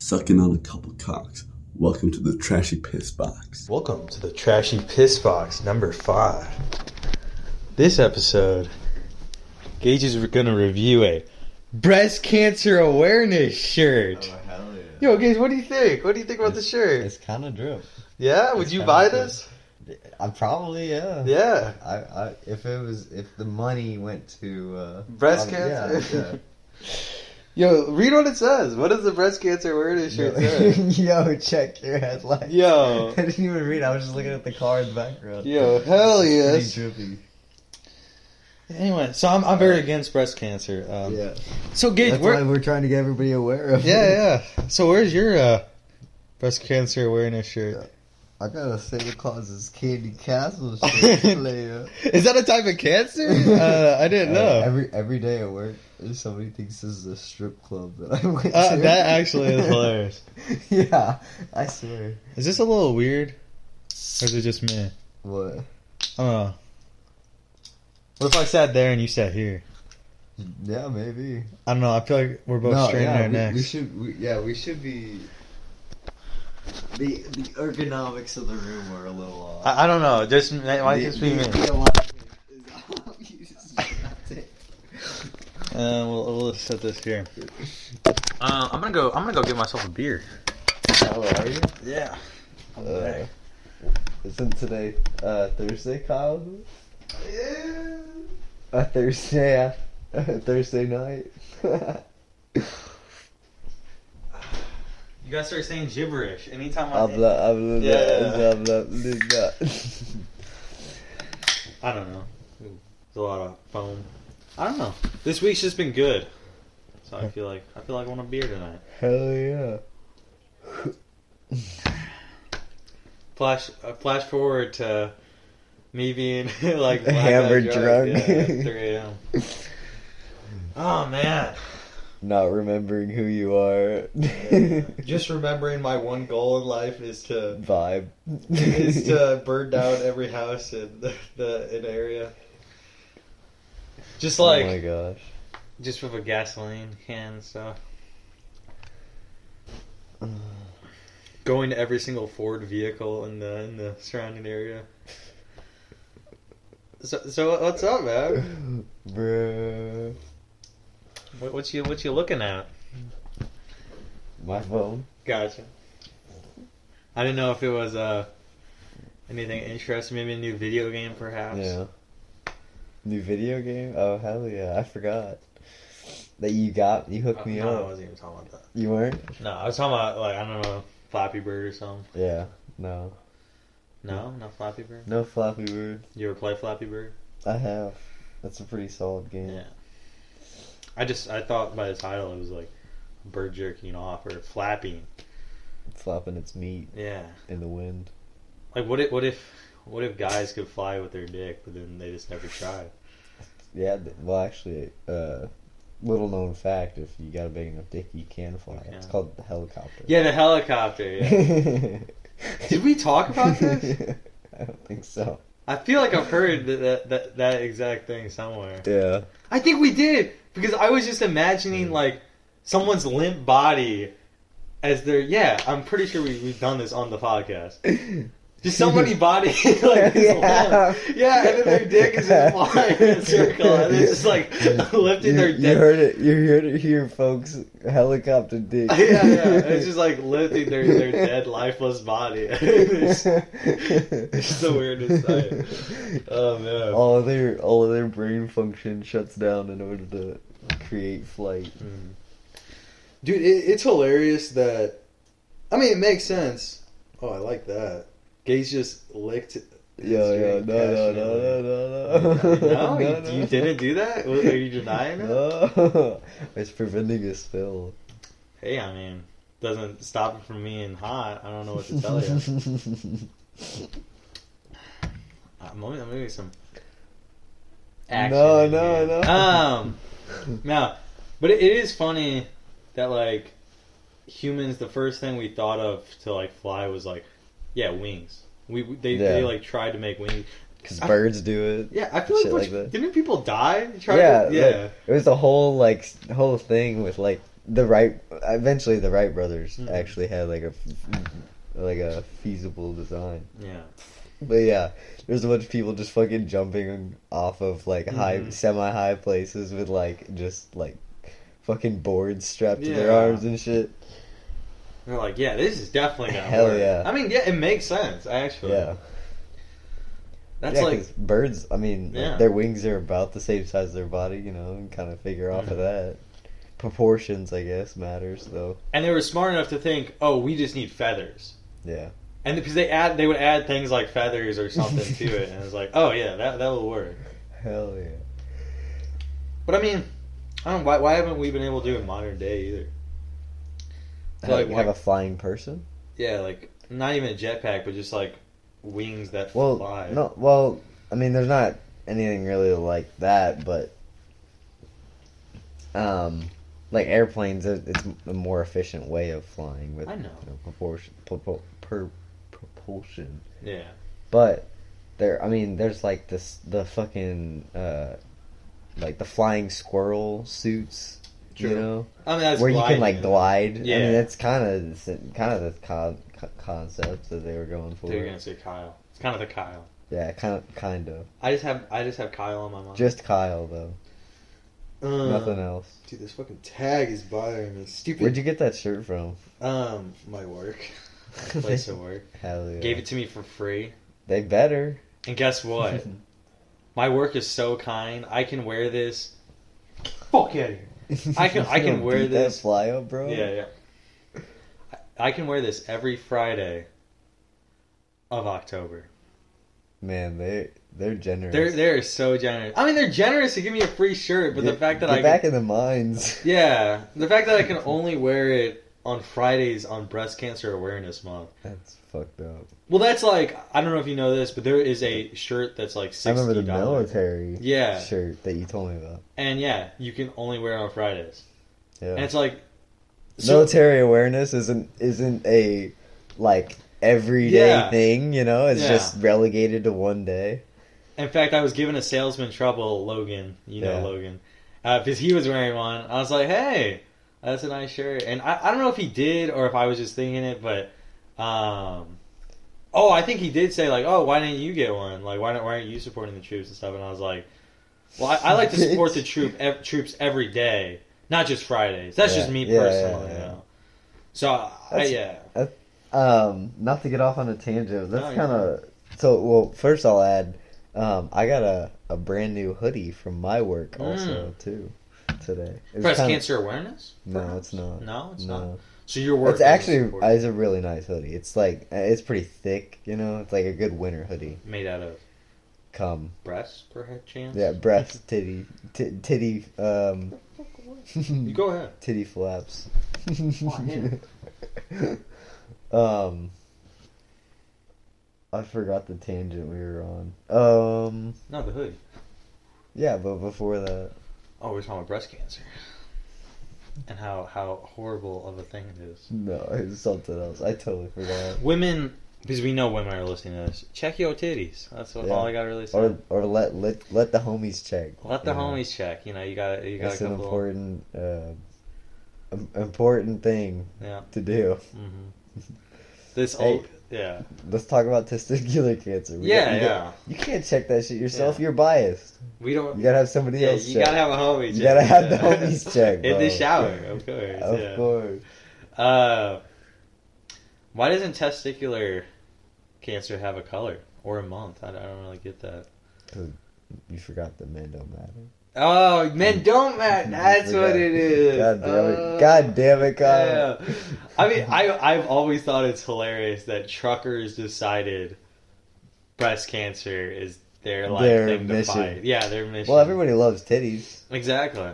Sucking on a couple cocks. Welcome to the Trashy Piss Box. Welcome to the Trashy Piss Box number five. This episode, Gage is going to review a breast cancer awareness shirt. Hell yeah. Yo, Gage, what do you think? What do you think about the shirt? It's kind of drip. Yeah, would it's you kinda buy cool. this? I probably yeah. Yeah. I, I if it was if the money went to uh, Breast probably- yeah, cancer? Yo, read what it says. What does the breast cancer awareness Yeah, shirt say? Yo, check your headlight. Yo. I didn't even read. I was just looking at the car in the background. Yo, hell It's yes. pretty drippy. Anyway, so I'm, I'm very against breast cancer. Um, yeah, So, Gage, that's where, why we're trying to get everybody aware of. it. Yeah, yeah. So where's your uh, breast cancer awareness shirt? I got a Santa Claus's candy castle shit. layer. Is that a type of cancer? Uh, I didn't Uh, know. every every day at work, somebody thinks this is a strip club that I went Uh, to. that actually is hilarious. yeah, I swear. Is this a little weird, or is it just me? I What? don't know. What if I sat there and you sat here? Yeah, maybe. I don't know. I feel like we're both straining yeah, our we, necks. we should. We, yeah, we should be. The the ergonomics of the room are a little off. I, I don't know. Just that might The- just be the me. alignment is off. You just dropped it. Uh, we'll, we'll set this here. Uh, I'm gonna go. I'm gonna go get myself a beer. How are you? Yeah. Uh, isn't today uh, Thursday, Kyle? A Thursday, af- a Thursday night. You guys start saying gibberish anytime Habla, habla, Yeah. habla, habla. I don't know. There's a lot of foam. I don't know. This week's just been good. So I feel like I feel like I want a beer tonight. Hell yeah. Flash uh, flash forward to me being like blackout Hammered drunk. Yeah, at 3 a.m. Oh man! Not remembering who you are. Just remembering my one goal in life is to vibe. is to burn down every house in the, the in the area. Just like oh my gosh. just with a gasoline can and stuff. Going to every single Ford vehicle in the in the surrounding area. So, so what's up, man? Bruh. What, what you what you looking at? My phone. Gotcha. I didn't know if it was uh anything interesting, maybe a new video game, perhaps. Uh, Yeah. New video game? Oh hell yeah, I forgot. That you got you hooked Uh, me no, I up. wasn't even talking about that. You weren't? No, I was talking about like I don't know, Flappy Bird or something. Yeah. No. No, not Flappy Bird. No floppy bird. You ever play Flappy Bird? I have. That's a pretty solid game. Yeah. I just I thought by the title it was like bird jerking off or flapping. Flopping its meat Yeah. in the wind. Like what if what if what if guys could fly with their dick but then they just never tried? Yeah, th- well actually, uh little known fact, if you got a big enough dick you can fly. You It's can. called the helicopter. Yeah, the helicopter. Yeah. Did we talk about this? I don't think so. I feel like I've heard that that, that that exact thing somewhere. Yeah. I think we did because I was just imagining like someone's limp body as their yeah. I'm pretty sure we, we've done this on the podcast. Just somebody's body like is Yeah. limp. yeah, and then their dick is just flying in a circle, and it's just like lifting you, their you dick. heard it. You heard it here, folks. Helicopter dick. yeah, yeah, it's just like lifting their, their dead, lifeless body. It's- it's the weirdest sight. oh man. All of their all of their brain function shuts down in order to create flight. Dude, it, it's hilarious that. I mean, it makes sense. Oh, I like that. Gage just licked. Yeah, yeah, no, no, no, no, no, no. No, you, you didn't do that. Are you denying it? No, it's preventing a spill. Hey, I mean, doesn't stop it from being hot. I don't know what to tell you. Ah, I'm only, I'm doing some. Action No, in no, here. no. Um, no, but it, it is funny that like humans, the first thing we thought of to like fly was like, yeah, wings. We we- they they Yeah. like tried to make wings. Because birds do it. Yeah, I feel like, Shit which- like that. didn't people die? Trying yeah, to, yeah. like, it was a whole like s- whole thing with like the Wright eventually the Wright brothers Mhm. actually had like a f- like a feasible design. Yeah. But yeah, there's a bunch of people just fucking jumping off of like high Mhm. semi high places with like just like fucking boards strapped to their Yeah. arms and shit. And They're like, yeah, this is definitely gonna Hell work. yeah. I mean, yeah, it makes sense actually. Yeah. That's Yeah, like 'cause birds, I mean, like, Yeah. their wings are about the same size as their body, you know, and kind of figure off of that. Proportions, I guess, matters though. and they were smart enough to think, oh, we just need feathers, Yeah. and because they add, they would add things like feathers or something to it, and it's like, oh yeah, that that will work. Hell yeah. But I mean, I don't why why haven't we been able to do it in modern day either? So, Like, like, have why- a flying person? Yeah, like not even a jetpack, but just like wings that Well, fly. no, well, I mean, there's not anything really like that, but um, like airplanes, it- it's a more efficient way of flying with I know. you know, proportion, propo- per, propulsion. Yeah. But there, I mean, there's like this the fucking uh, like the flying squirrel suits, you True. know, I mean, that's where you can gliding. like glide. I Yeah. mean, that's kind of kind of the con- co- concept that they were going for. They're gonna say Kyle. It's kind of the Kyle. Yeah, kind of, kind of. I just have I just have Kyle on my mind. Just Kyle though. Uh, Nothing else. Dude, this fucking tag is bothering me. Stupid. Where'd you get that shirt from? Um, my work, place of work, Hell yeah. gave it to me for free. They better. And guess what? my work is so kind. I can wear this. Fuck out here. I can- I You can gonna wear beat this. That fly up, bro. Yeah, yeah. I, I can wear this every Friday of October. Man, they they're generous. They're they're so generous. I mean, they're generous to give me a free shirt, but the Get- fact that get I back can, in the mines. yeah, the fact that I can only wear it on Fridays on Breast Cancer Awareness Month. That's fucked up. Well, that's like I don't know if you know this, but there is a shirt that's like I sixty remember the dollars. military Yeah, shirt that you told me about. and yeah, you can only wear it on Fridays, and Yeah. it's like military awareness isn't isn't a like everyday Yeah. thing. You know, it's Yeah. just relegated to one day. In fact, I was giving a salesman trouble, Logan. You know Yeah. Logan, because he was wearing one. I was like, "Hey, that's a nice shirt." And I, I don't know if he did or if I was just thinking it, but um, oh, I think he did say like, "Oh, why didn't you get one? Like, why don't why aren't you supporting the troops and stuff?" And I was like, "Well, I, I like to support the troop ev- troops every day, not just Fridays. That's Yeah. just me Yeah, yeah, personally, yeah. you know." So I, That's- yeah, um not to get off on a tangent No, that's you're kind of so well first i'll add um i got a a brand new hoodie from my work Mm. also too today It's breast kinda- cancer awareness. no it's not No, it's no not. So your work. it's is actually supporting- it's a really nice hoodie it's like it's pretty thick you know it's like a good winter hoodie made out of come breasts, perchance. yeah breast titty t- titty um You go ahead. titty flaps. yeah. um, I forgot the tangent we were on. Um, No, the hoodie. yeah, but before that, Oh, we're talking about breast cancer. And how, how horrible of a thing it is. no, it was something else. I totally forgot. Women, because we know women are listening to this, check your titties. That's what, Yeah. all I got to really say. Or or let let let the homies check. Let the you know. homies check. You know, you got you got That's a an couple. important uh, im- important thing Yeah. to do. hmm This Hey. old. Yeah. Let's talk about testicular cancer. We yeah, don't- you yeah. don't- you can't check that shit yourself. Yeah. You're biased. we don't. You gotta have somebody yeah, else. you check. gotta have a homie. check, You gotta have the yeah. homies check, in the bro. shower, of course. Of yeah. course. Uh, why doesn't testicular cancer have a color or a month? I, I don't really get that. You forgot that men don't matter. Oh, Hmm. men don't matter. You That's forgot. what it is. God damn it. Oh, God damn it, Kyle. yeah. I mean, I I've always thought it's hilarious that truckers decided breast cancer is their like Their thing mission. to fight. Yeah, their mission. Well, everybody loves titties. exactly.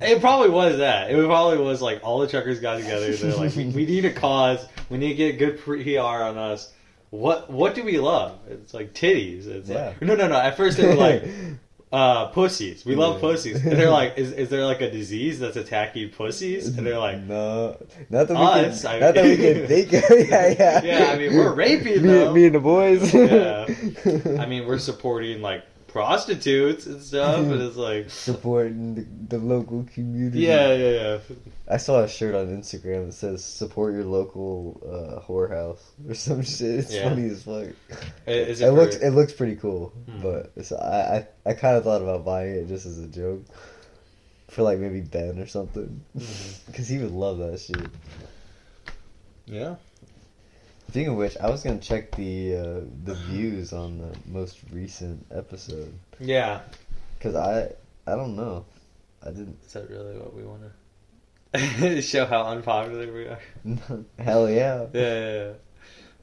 It probably was that. It probably was like all the truckers got together. They're like, we, we need a cause. We need to get good PR on us. What what do we love? It's like titties. It's like Yeah. no no no. At first they were like uh, pussies. We love Yeah. pussies. And they're like, is, is there like a disease that's attacking pussies? And they're like, no, not that we Us, can, I not that we mean- can think. of. yeah, yeah, Yeah, I mean, we're raping me, them. me and the boys. Yeah. I mean, we're supporting like prostitutes and stuff, and it's like, supporting the, the local community. yeah, yeah, yeah. I saw a shirt on Instagram that says "Support your local uh, whorehouse" or some shit. It's Yeah. funny as fuck. It, is it for- looks it looks pretty cool, Hmm. but it's, I I, I kind of thought about buying it just as a joke for like maybe Ben or something, Mm-hmm. because he would love that shit. yeah. Speaking of which, I was gonna check the uh, the views on the most recent episode Yeah. because I I don't know, I didn't. Is that really what we want to show how unpopular we are? Hell yeah. Yeah, yeah, yeah.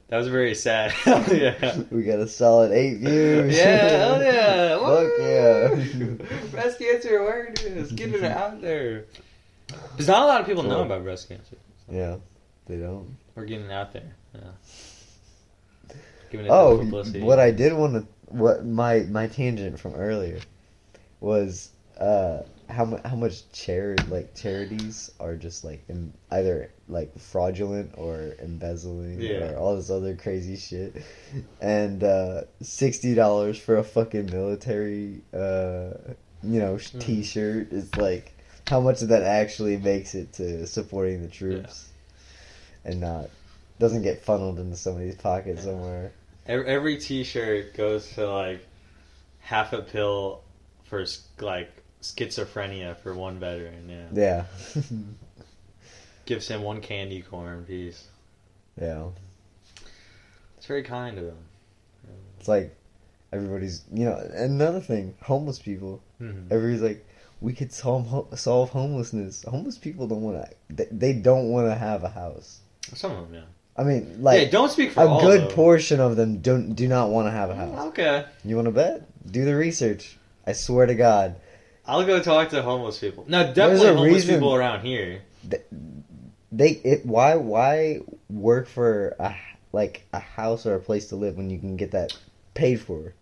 That was very sad. yeah. We got a solid eight views. Yeah, hell yeah. Fuck Woo! yeah. breast cancer awareness. Get it out there. Because not a lot of people know Cool. about breast cancer. yeah, they don't. We're getting it out there. Yeah. Giving it Oh, the publicity. what I did want to, what my my tangent from earlier was uh how mu- how much charity like charities are just like em- either like fraudulent or embezzling Yeah. or all this other crazy shit, and uh, sixty dollars for a fucking military uh you know sh Mm. t-shirt is like how much of that actually makes it to supporting the troops, and not doesn't get funneled into somebody's pocket Yeah. somewhere. Every, every T-shirt goes to like half a pill for s- like schizophrenia for one veteran. Yeah. Yeah. Gives him one candy corn piece. yeah. It's very kind of him. It's like everybody's, you know, another thing, homeless people. Mhm. Everybody's like, we could solve ho- solve homelessness. Homeless people don't want to. They, they don't want to have a house. Some of them, yeah. I mean, like yeah, don't speak for a all, good though. Mm-hmm. portion of them don't do not want to have a house. Okay, You want to bet? Do the research. I swear to God, I'll go talk to homeless people. No, There's definitely a homeless reason- people around here. they it why why work for a h- like a house or a place to live when you can get that paid for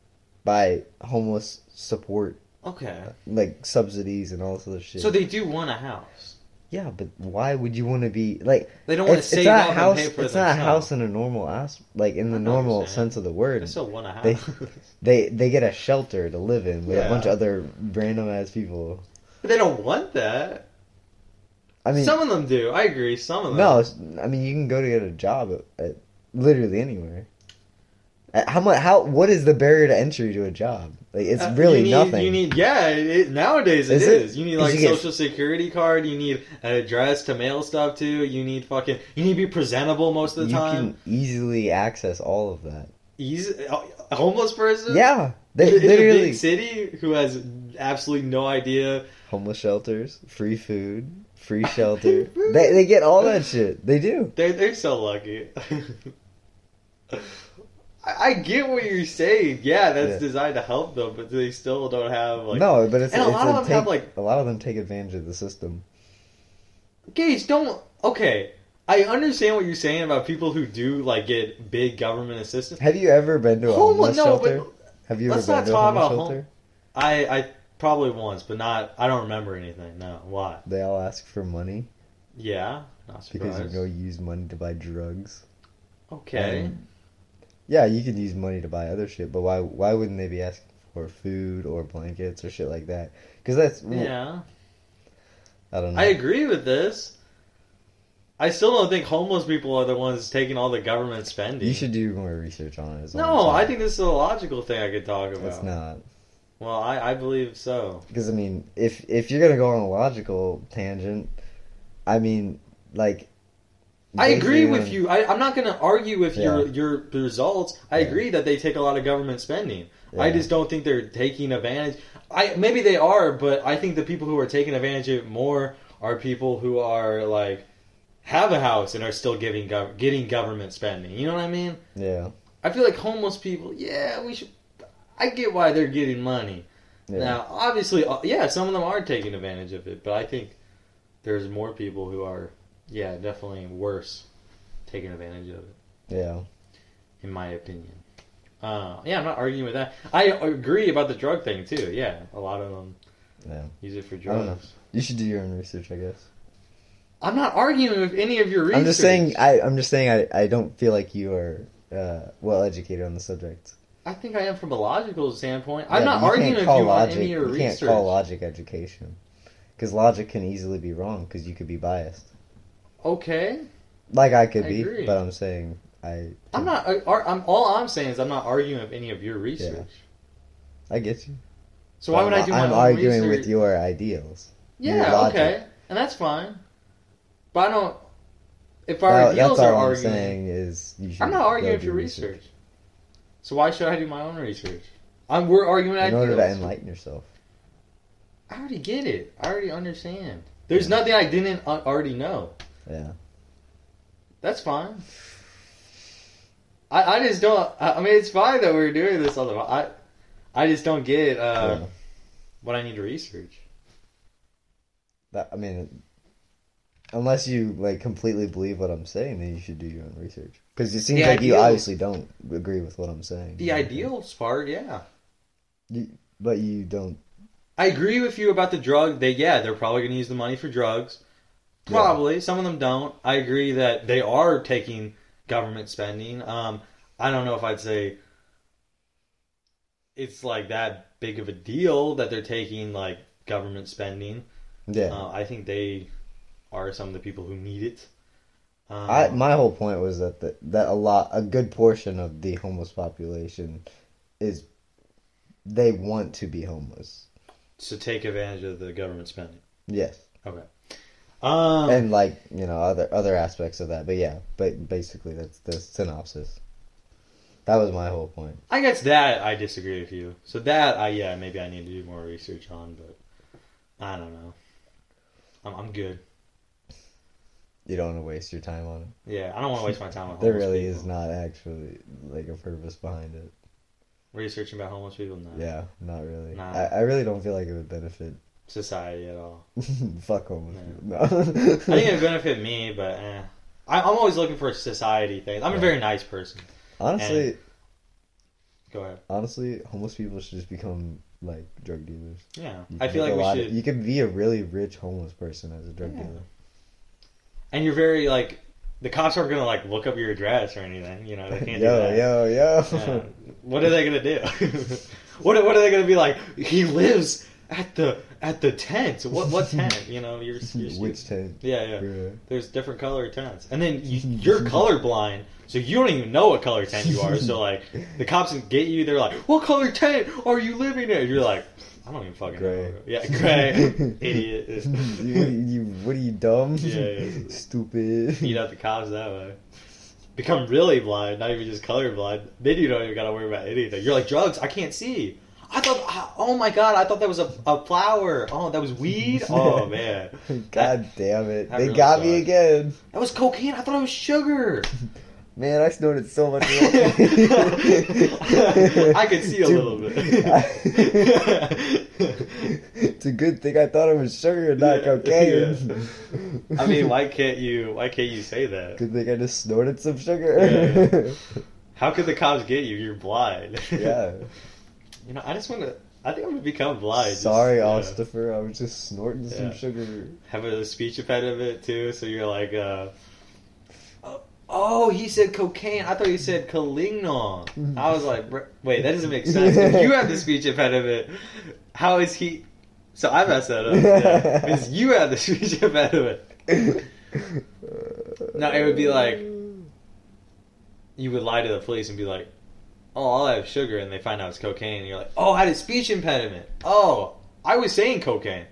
by homeless support Okay, Oh, like subsidies and all this other shit. so they do want a house. yeah, but why would you want to be like? They don't want to It's, save it's not up a house. and pay for It's not a themselves. house in a normal ass like in the I know what you're normal saying. sense of the They word. still want a house. They- They they get a shelter to live in with Yeah. a bunch of other random ass people. but they don't want that. I mean, some of them do. I agree. Some of them. no, it's, I mean you can go to get a job at, at literally anywhere. Uh, How much? How? What is the barrier to entry to a job? Like it's Uh, really you need, nothing. You need yeah. It, it- nowadays it is. Is it? You need 'Cause like you get- social security card. You need an address to mail stuff to. You need fucking. You need to be presentable most of the you time. can easily access all of that. Easy, a homeless person. Yeah, they Uh, in a literally big city who has absolutely no idea. homeless shelters, free food, free shelter. they they get all that shit. They do. They're they're so lucky. I, I get what you're saying. Yeah, that's Yeah. designed to help them, but they still don't have like no, but it's and a it's lot of them take, have, like- a lot of them take advantage of the system. Gage, don't. Okay, I understand what you're saying about people who do like get big government assistance. Have you ever been to a Homeless, homeless no, shelter? but have you ever let's been not to a talk homeless about shelter? I, I probably once, but not. I don't remember anything. No, why? They all ask for money Yeah, not because surprised. you go use money to buy drugs. okay, And- yeah, you could use money to buy other shit, but why why wouldn't they be asking for food or blankets or shit like that? Because that's yeah, I don't know. I agree with this. I still don't think homeless people are the ones taking all the government spending. you should do more research on it. is all I'm No, I saying. think this is a logical thing I could talk about. it's not. Well, I, I believe so. Because I mean, if if you're gonna go on a logical tangent, I mean, like, I agree basically with on- you. I, I'm not going to argue with your, Yeah. your results. I Yeah. agree that they take a lot of government spending. I Yeah. just don't think they're taking advantage. I maybe they are, but I think the people who are taking advantage of it more are people who are like have a house and are still giving gov- getting government spending. You know what I mean? Yeah, I feel like homeless people. Yeah, we should. I get why they're getting money. yeah. Now, obviously, uh, yeah, some of them are taking advantage of it, but I think there's more people who are, yeah, definitely worse taking advantage of it, yeah. in my opinion. Uh, yeah, I'm not arguing with that. I agree about the drug thing too. Yeah, a lot of them Yeah. use it for don't know. drugs. You should do your own research, I guess. I'm not arguing with any of your research. I'm just saying. I I'm just saying. I I don't feel like you are uh, well educated on the subject. I think I am from a logical standpoint. I'm Yeah, not but you arguing can't with you call on logic, any of your you research. can't call logic education because logic can easily be wrong because you could be biased. okay, Like I could I be, agree. but I'm saying I. I'm not. I, ar- I'm all I'm saying is I'm not arguing with any of your research. I get you. So why would I I'm- do my I'm own arguing research? with your ideals. your Yeah, logic. okay, and that's fine. But I don't. If That- our ideals that's all are I'm arguing, saying is you should I'm not go arguing with do your research. So why should I do my own research? I'm, we're arguing in ideals. order to enlighten yourself. I already get it. I already understand. There's nothing I didn't uh, already know. Yeah. That's fine. I, I just don't. I, I mean, it's fine that we're doing this. On the, I I just don't get uh, Yeah. what I need to research. That, I mean, unless you like completely believe what I'm saying, then you should do your own research. Because it seems The like you ideal- obviously don't agree with what I'm saying. The ideals part, yeah. You- but you don't. I agree with you about the drug. They yeah, they're probably going to use the money for drugs. Probably some of them don't. I agree that they are taking government spending. Um, I don't know if I'd say it's like that big of a deal that they're taking like government spending. Yeah. Uh, I think they are some of the people who need it. Um, I my whole point was that the, that a lot a good portion of the homeless population is they want to be homeless. to take advantage of the government spending. Yes. Okay. Um, And like, you know, other other aspects of that. But yeah, but basically that's the synopsis. That was my whole point. I guess that I disagree with you. So that I yeah maybe I need to do more research on, but I don't know. I'm, I'm good. You don't want to waste your time on it. Yeah, I don't want to waste my time on homeless There really people. is not actually like a purpose behind it. researching about homeless people. No, Yeah, not really. Nah. I, I really don't feel like it would benefit society at all. fuck homeless Yeah. people. No. I think it would benefit me, but eh. I, I'm always looking for society things. I'm a Yeah. very nice person. Honestly, Go ahead. honestly, homeless people should just become like drug dealers. Yeah, You I can feel make like a we lot should. of- you could be a really rich homeless person as a drug Yeah. dealer. And you're very like the cops aren't gonna like look up your address or anything. You know they can't do yo, that. yo, yo, Yeah. What are they gonna do? what are- What are they gonna be like? He lives at the at the tent. What what tent? You know you're, you're stupid. Which tent? Yeah, yeah. Yeah. There's different color tents, and then you, you're colorblind, so you don't even know what color tent you are. So like, the cops get you. They're like, "What color tent are you living in?" You're like, "I don't even fucking Gray. know." Yeah, gray, idiot. you, what are you, what are you dumb? Yeah, yeah. Stupid. beat out the cops that way. Become really blind, not even just colorblind. Then you don't even gotta worry about anything. You're like drugs. I can't see. I thought, I- oh my god, I thought that was a, a flower. Oh, that was weed. Oh man, God damn it! that They really got me sucks. again. that was cocaine. I thought it was sugar. Man, I snorted so much. I could see a Dude, little bit. it's a good thing I thought it was sugar and not Yeah, cocaine. I mean, why can't you? Why can't you say that? Good thing I just snorted some sugar. Yeah. How could the cops get you? You're blind. Yeah. You know, I just want to. I think I'm gonna become blind. Just, Sorry, yeah. Ostifer. I was just snorting Yeah. some sugar. have a speech ahead of it too. So you're like, uh, oh, he said cocaine. I thought he said calignon. I was like, br- wait, that doesn't make sense. If you have the speech ahead of it, how is he? So I messed that up. Yeah. Because you have the speech ahead of it. No, it would be like you would lie to the police and be like, "Oh, all I have is sugar," and they find out it's cocaine, and you're like, "Oh, I had a speech impediment. Oh, I was saying cocaine.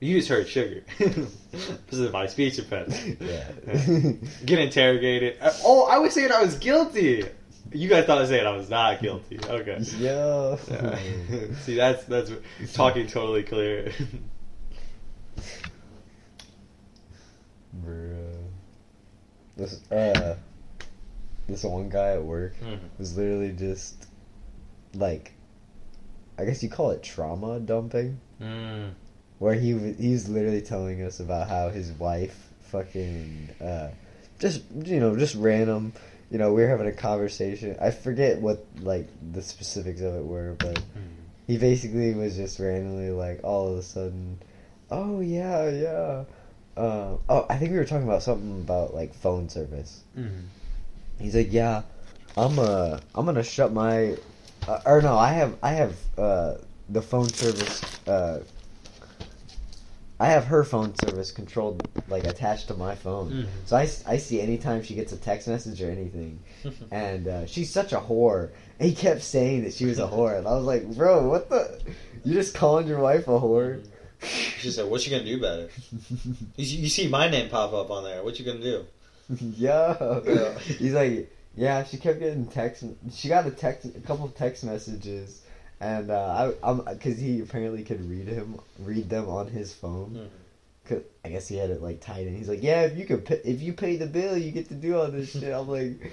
You just heard sugar. this is my speech impediment. Yeah. Get interrogated. Uh, Oh, I was saying I was guilty. You guys thought I was saying I was not guilty. Okay. Yo. Yeah. See, that's that's what- talking totally clear. Bruh. This uh, this one guy at work Mhm. was literally just like, I guess you call it trauma dumping, Mm. where he w- he was literally telling us about how his wife fucking uh, just you know just random. You know, we were having a conversation. I forget what like the specifics of it were, but he basically was just randomly like all of a sudden oh yeah yeah um, oh i think we were talking about something about like phone service Mm. he's like yeah i'm uh i'm gonna shut my Uh, or no, I have I have uh, the phone service. Uh, I have her phone service controlled, like attached to my phone. Mhm. So I, s- I see anytime she gets a text message or anything, and uh, she's such a whore. And he kept saying that she was a whore, and I was like, bro, what the? You just calling your wife a whore? She said, "What you gonna do about it? You, see- you see my name pop up on there. What you gonna do?" Yo. Yeah. He's like, yeah, she kept getting text. She got a text, a couple of text messages, and uh, I, I'm because he apparently could read him, read them on his phone. Mhm. 'Cause I guess he had it like tied in. He's like, yeah, if you could, pay, if you pay the bill, you get to do all this shit. I'm like,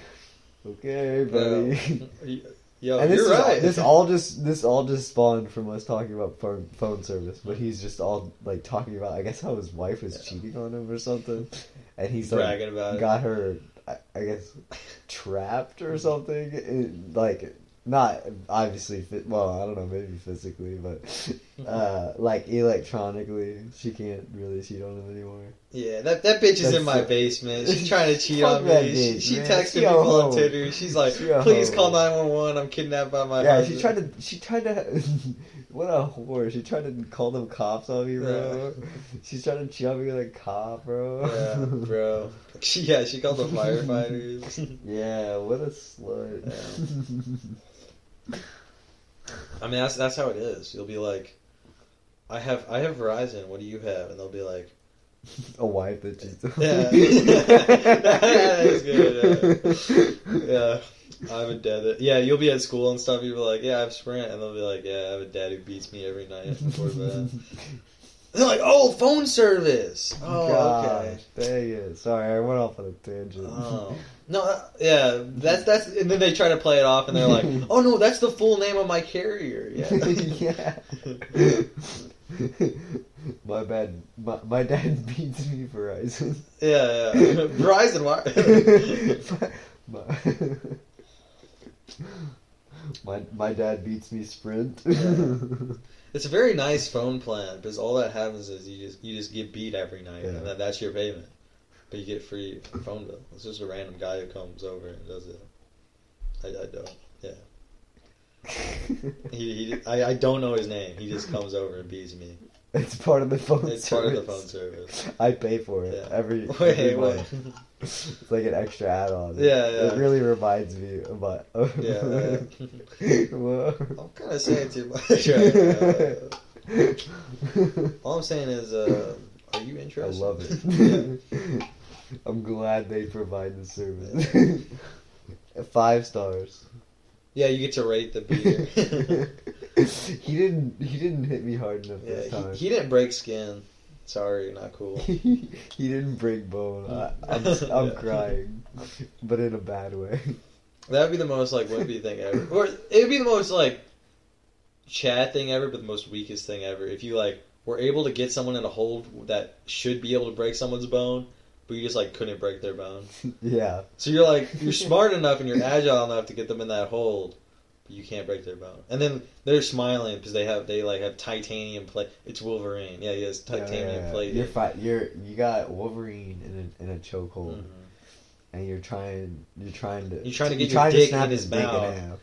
okay, buddy. Yo, yo And this you're is right. this all just this all just spawned from us talking about phone, phone service, but he's just all like talking about I guess how his wife was cheating on him or something, and he's like bragging about it. got her I, I guess trapped or something It- like not obviously phy- well I don't know maybe physically but uh, like electronically she can't really cheat on him anymore. Yeah, that, that bitch is in That's my it. basement. She's trying to cheat Fuck on that me. She, bitch, she man. texted She a people on hoe. Tinder. She's like, She a "Please hoe. call nine one one. I'm kidnapped by my yeah, husband." she tried to she tried to what a whore she tried to call them cops on me, bro. She's trying to cheat on me with a cop, bro. Yeah, bro. She, yeah, she called the firefighters. Yeah, what a slut. I mean, that's that's how it is. You'll be like, "I have I have Verizon. What do you have?" And they'll be like, a wife that she's Yeah. That is good, "Yeah, I have a dad." That... Yeah, you'll be at school and stuff. You'll be like, "Yeah, I have Sprint," and they'll be like, "Yeah, I have a dad who beats me every night before bed." They're like, "Oh, phone service." Oh, okay. Gosh, dang it. Sorry, I went off on a tangent. Oh. No, uh, yeah, that's that's, and then they try to play it off, and they're like, "Oh no, that's the full name of my carrier." Yeah, yeah. my bad. My, my dad beats me Verizon. yeah, yeah. Verizon wire. my, my my dad beats me Sprint. Yeah. it's a very nice phone plan because all that happens is you just you just get beat every night, Yeah. and that, that's your payment. But you get free phone bill. It's just a random guy who comes over and does it. I, I don't. He, he I, I don't know his name. He just comes over and beats me. it's part of the phone It's part service. of the phone service. I pay for it Yeah. every, every Wait, month. wait. It's like an extra add-on. Yeah, yeah. It really reminds me about. Yeah. yeah. Whoa. I'm kind of saying too much. right now. All I'm saying is, uh, are you I interested? love yeah. it. I'm glad they provide the service. Five stars. Yeah, you get to rate the he beer. didn't. He didn't hit me hard enough yeah, this time. he, he didn't break skin. Sorry, not cool. He, didn't break bone. I, I'm, I'm Yeah. crying, but in a bad way. That would be the most like wimpy thing ever, or it would be the most like Chad thing ever, but the most weakest thing ever. If you like were able to get someone in a hold that should be able to break someone's bone, but you just like couldn't break their bone. yeah. So you're like you're smart enough and you're agile enough to get them in that hold, but you can't break their bone. And then they're smiling because they have they like have titanium plate. It's Wolverine. Yeah, he has titanium Yeah, yeah, yeah. plate. You're fi- You're you got Wolverine in a, in a chokehold, Mhm. and you're trying. You're trying to. You're trying to get your trying dick in snap his dick in mouth. half,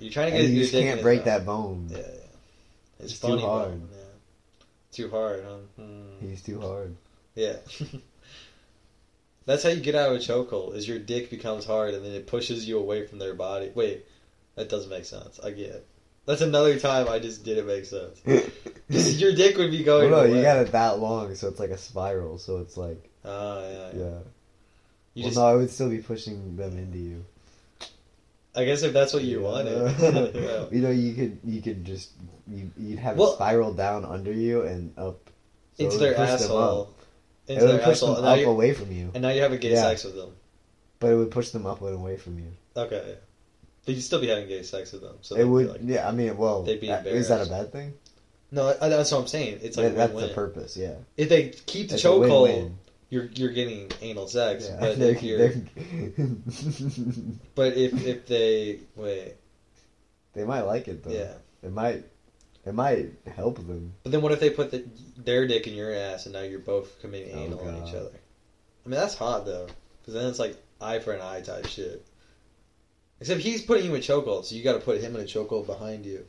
You're trying to get and you your just dick in can't his break mouth. that bone. Yeah, yeah. It's, It's too funny. but, hard. yeah. Too hard, huh? Hmm. He's too hard. Yeah. That's how you get out of a chokehold. Is your dick becomes hard and then it pushes you away from their body. Wait, that doesn't make sense. I get. It. That's another time I just didn't make sense. 'Cause your dick would be Oh, going. no, you away. got it that long, so it's like a spiral. So it's like, Ah, yeah. yeah. yeah. You well, just. no, I would still be pushing them into you. I guess if that's what you Yeah. wanted. Yeah. You know, you could you could just you, you'd have Well- it spiral down under you and up. So it Into would their push them up. asshole. It Into would their push asshole. them And now, up you, away from you, and now you have a gay Yeah. sex with them. but it would push them up and away from you. Okay. yeah. But you'd still be having gay sex with them. So they'd it be would, Like, yeah. I mean, well, They'd be that- is that a embarrassed. bad thing? no, I- that's what I'm saying. It's like That- that's win-win. the purpose. Yeah. If they keep the It's a chokehold, win-win. you're you're getting anal sex. Yeah. But They're- if you're, they're- but if if they wait, they might like it though. yeah. It might, it might help them. But then what if they put the, their dick in your ass and now you're both committing Oh, anal on each God. other? I mean that's hot though, because then it's like eye for an eye type shit. Except he's putting you in chokehold, so you got to put him in a chokehold behind you,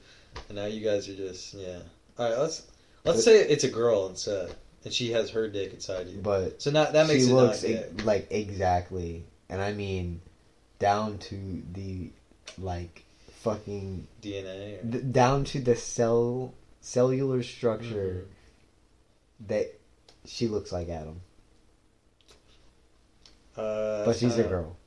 and now you guys are just yeah. All right, let's let's say it's a girl instead, and she has her dick inside you. But So not that makes she it looks not e- gay. like exactly, and I mean down to the like fucking DNA. Or, d- down to the cell cellular structure Mm-hmm. that she looks like Adam, uh, but she's a uh, girl.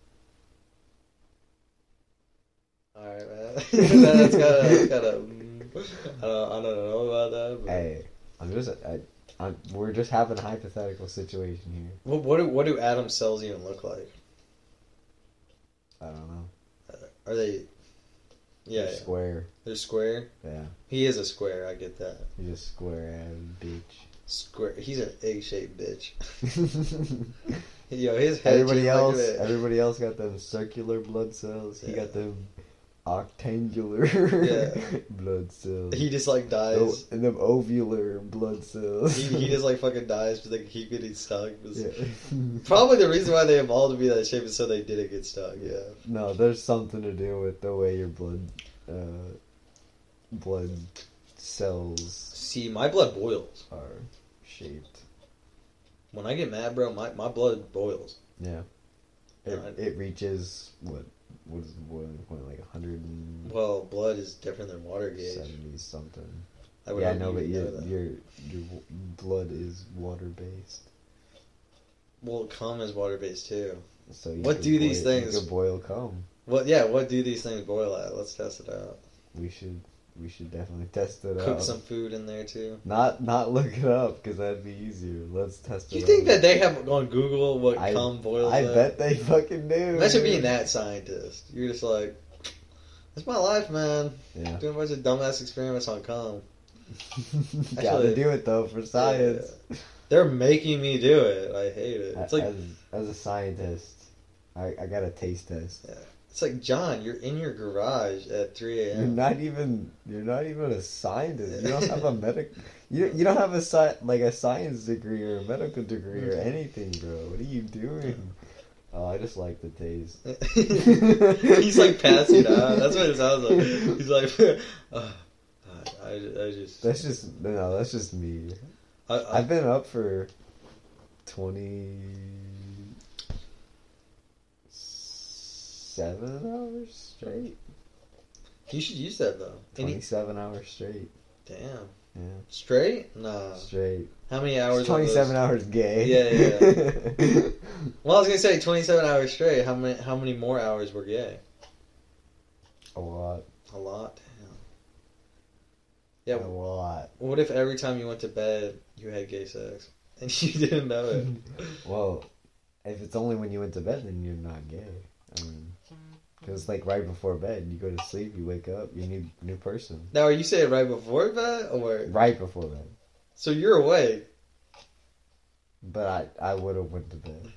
All right, man. that's gotta, that's gotta. I don't, I don't know about that. But... Hey, I'm just I, I'm, we're just having a hypothetical situation here. What, what do what do Adam cells even look like? I don't know. Are they? Yeah, yeah. square. they're square. Yeah, He is a square. I get that. you're just square ass Square. He's an egg-shaped bitch. bitch. Yo, his head. Everybody just else, Like that. everybody else got them circular blood cells. He Yeah. got them octangular Yeah. blood cells. He just like Oh, dies. and them ovular blood cells. he, he just like fucking dies, but they keep getting stuck. It's- Yeah. Probably the reason why they evolved to be that shape is so they didn't get stuck. Yeah. no, there's something to do with the way your blood, uh, blood cells See, my blood boils are shaped. when I get mad, bro. My my blood boils. Yeah. It, Yeah, I- it reaches what? What is the boiling point? Like 170 Well, blood is different than water gauge. something. I would yeah, hope no, you but your, know that. your your w- blood is water based. well, cum is water based too. So you What could do these boil- things- You could boil cum. What? Yeah. What do these things boil at? Let's test it out. We should we should definitely test it Cook out. some food in there too. Not not look it up because that'd be easier. Let's test Do you it. think out. that they have on Google what I- cum boils I at? bet they fucking do. Imagine dude. being that scientist. You're just like, that's my life, man. Yeah. Doing a bunch of dumbass experiments on cum. Gotta do it though for science. They're making me do it. I hate it. It's like as, as a scientist, I, I got a taste test. it's like John, you're in your garage at 3 You're a.m. not even you're not even a scientist. You don't have a medic. You, you don't have a sci- like a science degree or a medical degree Mm. or anything, bro. What are you doing? Oh, I just like the taste. He's like passing out. That's what it sounds like. He's like, "Uh, I, I just, That's just no. That's just me. I, I, I've been up for twenty seven hours straight. you should use that though. Twenty Any, seven hours straight. damn, Yeah, straight? Nah. straight. How many Uh, hours? It's are twenty seven those? hours gay. Yeah, yeah. Well, I was gonna say twenty-seven hours straight. How many? How many more hours were gay? a lot. A lot. Damn. Yeah. A lot. What if every time you went to bed you had gay sex and you didn't know it? Well, if it's only when you went to bed, then you're not gay. I mean, because like right before bed, you go to sleep, you wake up, you're a new new person. Now, are you saying right before bed or Right before bed, so you're awake? but I I would have went to bed,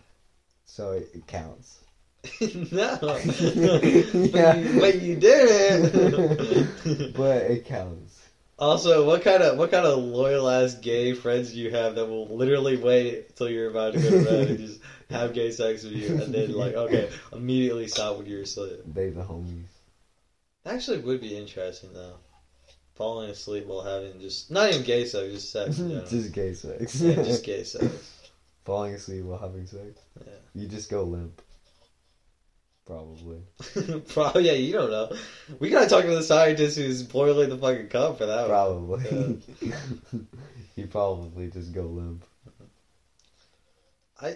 so it, it counts. no. Yeah. but, you, but you didn't. but it counts. also, what kind of what kind of loyal ass gay friends do you have that will literally wait till you're about to go to bed and just have gay sex with you and then like okay immediately stop when you're asleep? They the homies. Actually, would be interesting though. Falling asleep while having just not even gay sex, just sex. You know? just gay sex. yeah, just gay sex. Falling asleep while having sex. Yeah. You just go limp. Probably. Probably, yeah, you don't know. We gotta talk to the scientist who's boiling the fucking cup for that one. Probably. Uh. you probably just go limp. I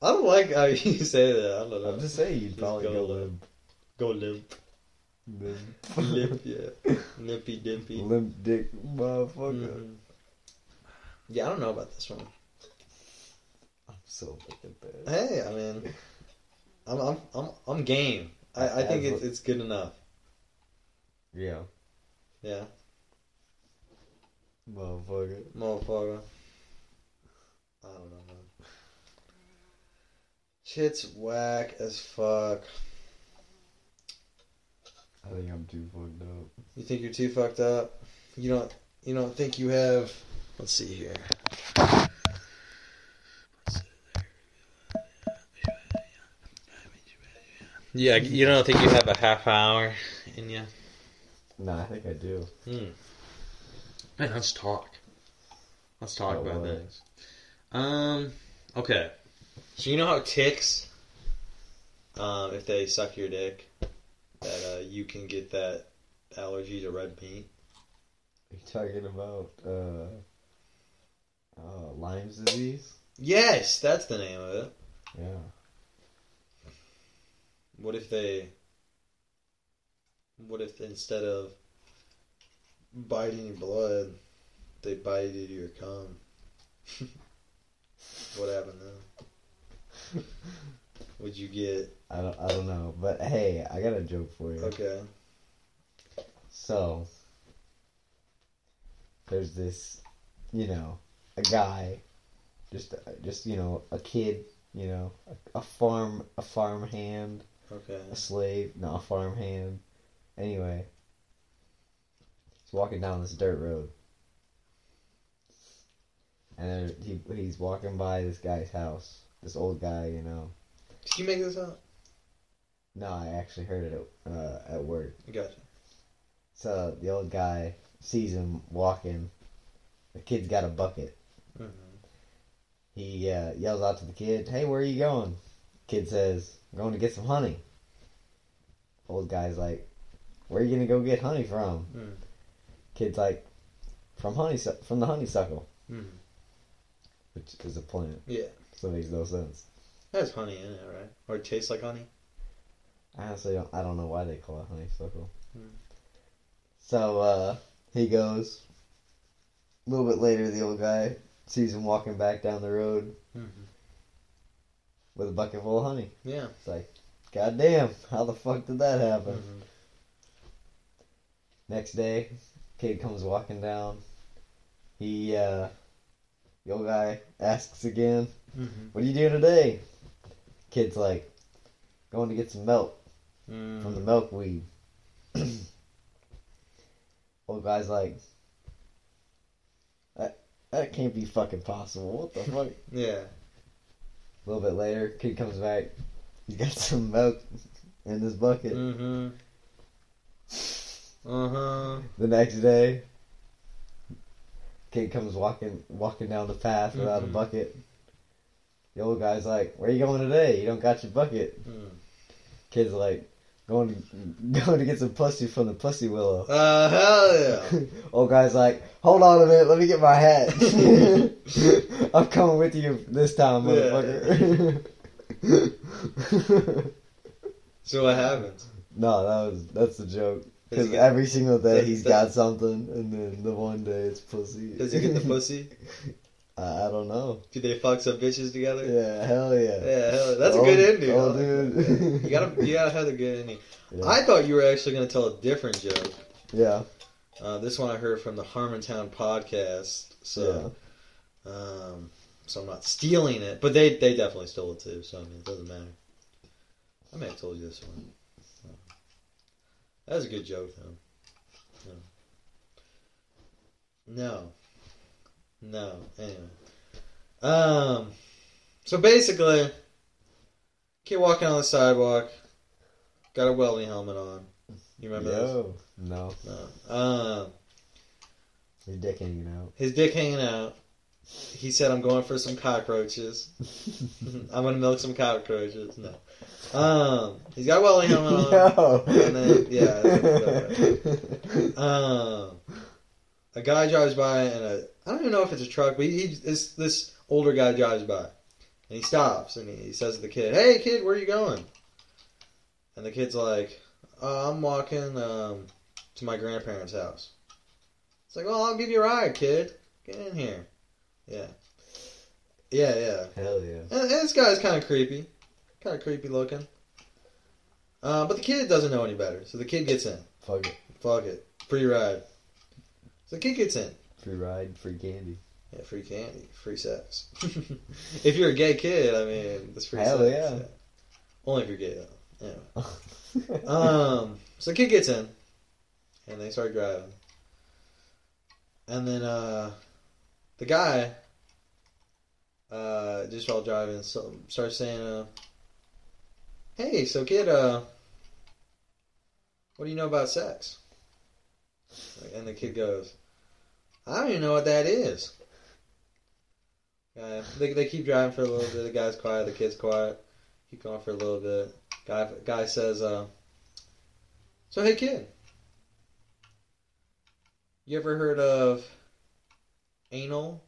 don't like how you say that. I don't know. I'm just saying you'd Just probably go go limp. limp. Go limp. Limp. Limp, yeah. Nippy dimpy. limp dick motherfucker. Mhm. Yeah, I don't know about this one. I'm so fucking bad. Hey, I mean, I'm I'm I'm, I'm game. I, I think it's it's good enough. Yeah. Yeah, Motherfucker. motherfucker. I don't know, man. Shit's whack as fuck. I think I'm too fucked up. You think you're too fucked up? You don't you don't think you have let's see here. Yeah, you don't think you have a half hour in you? No, I think I do. Hmm. Man, let's talk. Let's talk Oh, about well. this. Um. Okay. So you know how ticks, um, if they suck your dick, that uh, you can get that allergy to red paint. Are you talking about uh, uh, Lyme's disease? Yes, that's the name of it. Yeah. What if they? What if instead of biting your blood, they bite into your cum? what happened then? Would you get I don't, I don't know, but hey, I got a joke for you. okay? So, there's this, you know, a guy, just, just you know, a kid, you know, a, a farm, a farm hand, Okay. a slave, not a farm hand. Anyway, he's walking down this dirt road, and there, he, he's walking by this guy's house, this old guy, you know. Did you make this up? No, I actually heard it at, uh, at work. Gotcha. So the old guy sees him walking. The kid's got a bucket. Mhm. He uh, yells out to the kid, "Hey, where are you going?" Kid says, "I'm going to get some honey." Old guy's like, "Where are you gonna go get honey from?" Mm. Kid's like, "From honey, from the honeysuckle, Mm. which is a plant, Yeah, so it makes no sense." that's honey in it, right? Or it tastes like honey. I honestly don't. I don't know why they call it honeysuckle. Hmm. So uh, he goes. A little bit later, the old guy sees him walking back down the road. with a bucket full of honey. Yeah. It's like, God damn, how the fuck did that happen? Mhm. Next day, kid comes walking down. He, uh, the old guy asks again, Mhm. What are you doing today? Kid's like, Going to get some milk from the Mm. milkweed. old guy's like, that, that can't be fucking possible. What the fuck? Yeah. A little bit later, kid comes back. He's got some milk in this bucket. Mhm. Uh huh. The next day, kid comes walking walking down the path without a Mhm. bucket. The old guy's like, "Where you going today? You don't got your bucket." Mm. Kid's like, "Going to going to get some pussy from the pussy willow." Uh hell yeah. old guy's like, "Hold on a minute, let me get my hat. I'm coming with you this time, Yeah. motherfucker." so what happens? no, that was that's the joke. Does he Because get, every single day Does- he's does- got something, and then the one day it's pussy. does he get the pussy? I, I don't know. Do they fuck some bitches together? Yeah, hell yeah. Yeah, hell, that's Oh, a good ending. oh, I like that. dude. you gotta, you gotta have a good ending. Yeah. I thought you were actually gonna tell a different joke. yeah. Uh, this one I heard from the Harmontown podcast, so um, so I'm not stealing it, but they they definitely stole it too. So I mean, it doesn't matter. I may have told you this one. That was a good joke though. No. No. No. Anyway. Um. So basically, kid walking on the sidewalk, got a welding helmet on. You remember this? Yo. No, No. Um, your dick hanging out. his dick hanging out. He said, "I'm going for some cockroaches. I'm gonna milk some cockroaches." No. Um, he's got a welding helmet on. Yo. And then- yeah, that's- Um, a guy drives by and a I don't even know if it's a truck, but he, he this this older guy drives by and he stops and he, he says to the kid, "Hey kid, where you going?" And the kid's like, uh, "I'm walking um, to my grandparents' house." It's like, "Well, I'll give you a ride, kid. Get in here." Yeah, yeah, yeah. hell yeah. And, and this guy's kind of creepy, kind of creepy looking. Uh, but the kid doesn't know any better, so the kid gets in. Fuck it. Fuck it, free ride. So the kid gets in. Free ride, free candy. Yeah, free candy, free sex. if you're a gay kid, I mean, that's free Hell sex. yeah. Only if you're gay, though. Anyway. Um, so the kid gets in, and they start driving. And then uh, the guy uh, just while driving so, starts saying, uh, hey, so kid, uh, what do you know about sex? And the kid goes, I don't even know what that is. Uh, they, they keep driving for a little bit. The guy's quiet. The kid's quiet. Keep going for a little bit. Guy guy says, uh, "So hey kid, you ever heard of anal?"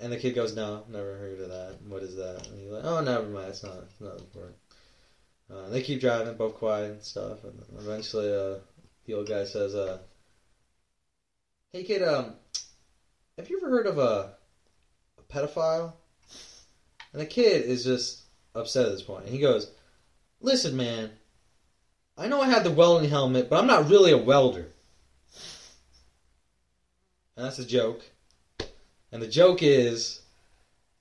And the kid goes, "No, never heard of that. What is that?" And he's like, "Oh, never mind. It's not. It's not important." Uh, they keep driving, both quiet and stuff. And eventually, uh, the old guy says, uh, "Hey kid, um, have you ever heard of a?" pedophile. And the kid is just upset at this point. And he goes, Listen, man, I know I had the welding helmet, but I'm not really a welder. And that's a joke. And the joke is,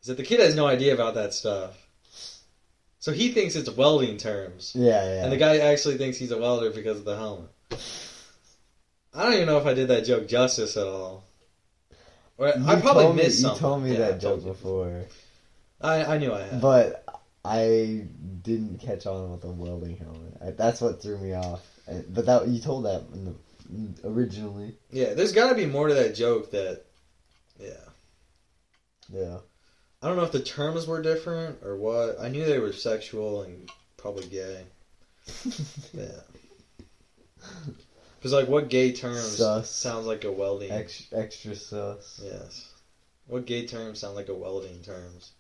is that the kid has no idea about that stuff. So he thinks it's welding terms. Yeah, yeah. And the guy actually thinks he's a welder because of the helmet. I don't even know if I did that joke justice at all. Or You I probably told me- missed something. You told me Yeah, I that told joke you. before, I, I knew I had. but I didn't catch on with the welding helmet. I, that's what threw me off. I- But that you told that in the, originally. yeah, there's got to be more to that joke that. Yeah. Yeah. I don't know if the terms were different or what. I knew they were sexual and probably gay. Yeah. Because, like, what gay terms Sus. sounds like a welding? Ex, extra sus. yes. What gay terms sound like a welding terms?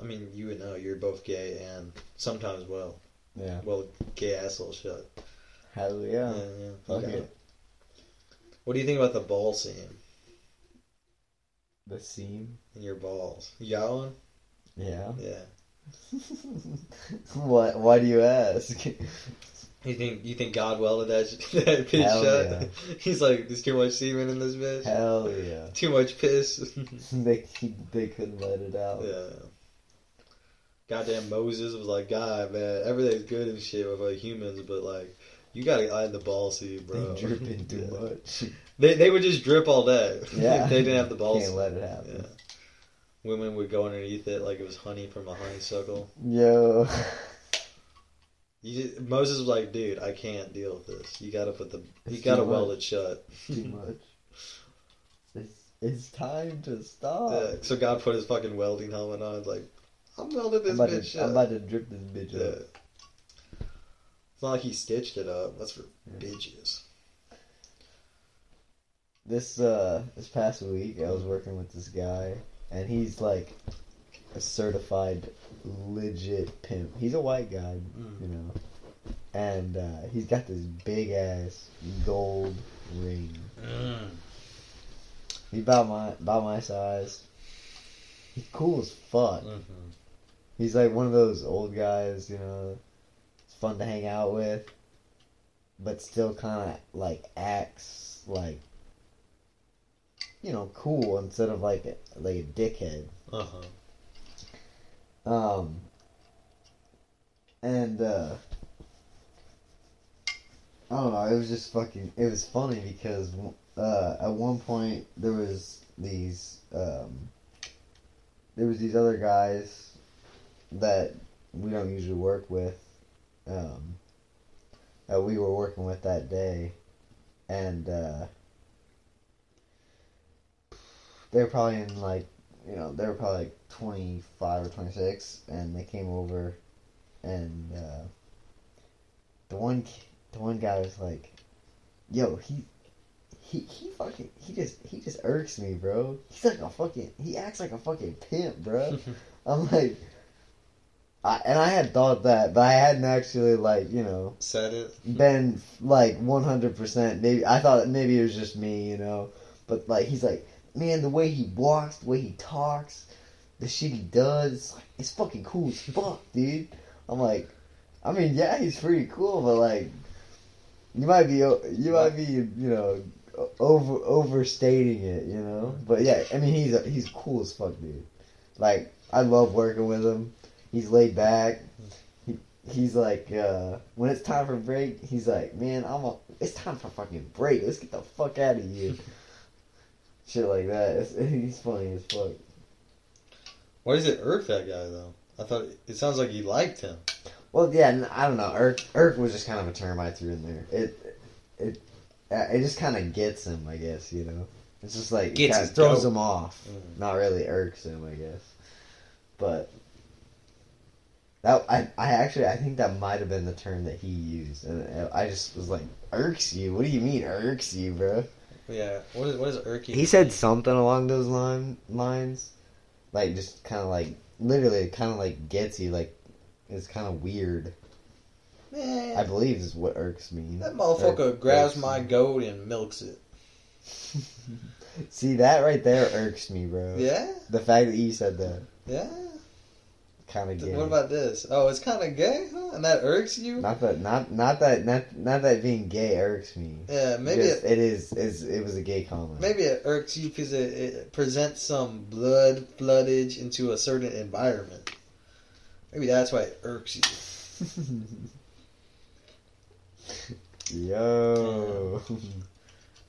I mean, you would know. You're both gay and sometimes well. Yeah. Well, gay asshole shit. Hell Yeah, yeah. yeah. Fuck yeah. it. What do you think about the ball scene The seam. and your balls? You got one? Yeah. Yeah. what? Why do you ask? You think you think God welded that, sh- that bitch Hell shut? He's like, there's too much semen in this bitch. Hell yeah. Too much piss. they they couldn't let it out. yeah. Goddamn Moses was like, God, man, everything's good and shit with like humans, but like, you gotta eye the ball seed, bro. They dripping too Yeah. much. They they would just drip all day. Yeah. if they didn't have the ball Can't seed. let it happen. Yeah. Women would go underneath it like it was honey from a honeysuckle. Yo. You just, Moses was like, dude, I can't deal with this. You gotta put the, you It's gotta too weld it shut. too much. It's, it's time to stop. Yeah, so God put his fucking welding helmet on. It's like, I'm welding I'm, this about bitch to, up. I'm about to drip this bitch yeah. up. It's not like he stitched it up. That's for bitches. This uh this past week I was working with this guy and he's like a certified legit pimp. He's a white guy, Mm. you know. And uh, he's got this big ass gold ring. Mm-hmm. He's about my about my size. He's cool as fuck. He's like one of those old guys, you know. It's fun to hang out with, but still kind of like acts like, you know, cool instead of like a, like a dickhead. Uh huh. Um, and uh, I don't know. It was just fucking. It was funny because uh, at one point there was these um, there was these other guys that we don't usually work with um, that we were working with that day, and uh, they were probably in like you know, they were probably like 25 or 26, and they came over, and uh, the one ki- the one guy was like, "Yo, he." He, he fucking he just he just irks me, bro. He's like a fucking he acts like a fucking pimp, bro. I'm like, I and I had thought that, but I hadn't actually like you know Said it. been like 100% maybe i thought maybe it was just me you know but like he's like man the way he walks the way he talks the shit he does it's like it's fucking cool as fuck dude i'm like i mean yeah he's pretty cool but like you might be o- you might be you know o- over overstating it you know but yeah i mean he's a, he's cool as fuck dude like i love working with him he's laid back he's like, uh, when it's time for break, he's like, man, I'm a, it's time for fucking break. Let's get the fuck out of here. Shit like that. It's, he's funny as fuck. Why does it irk that guy though? I thought it, it sounds like you liked him. Well, yeah, n- I don't know. Irk, Irk was just kind of a term I threw in there. It, it, uh, it just kind of gets him, I guess. You know, it's just like Gets kind is of throws dope. him off. Mhm. Not really irks him, I guess. But that I, I actually I think that might have been the term that he used, and uh, I just was like, irks you? What do you mean irks you, bro? Yeah. What is what is irky? He said something along those line, lines, like just kind of like literally kind of like gets you, like it's kind of weird. I Man, believe is what irks mean. that motherfucker Irk- grabs irks my me. goat and milks it. See that right there irks me, bro. Yeah. The fact that you said that Yeah. kind of Th- gay. What about this? Oh, it's kind of gay, huh? And that irks you? not that not not that not not that being gay irks me. yeah. Maybe Just, it, it is is it was a gay comment. maybe it irks you because it, it presents some blood floodage into a certain environment. Maybe that's why it irks you. Yo.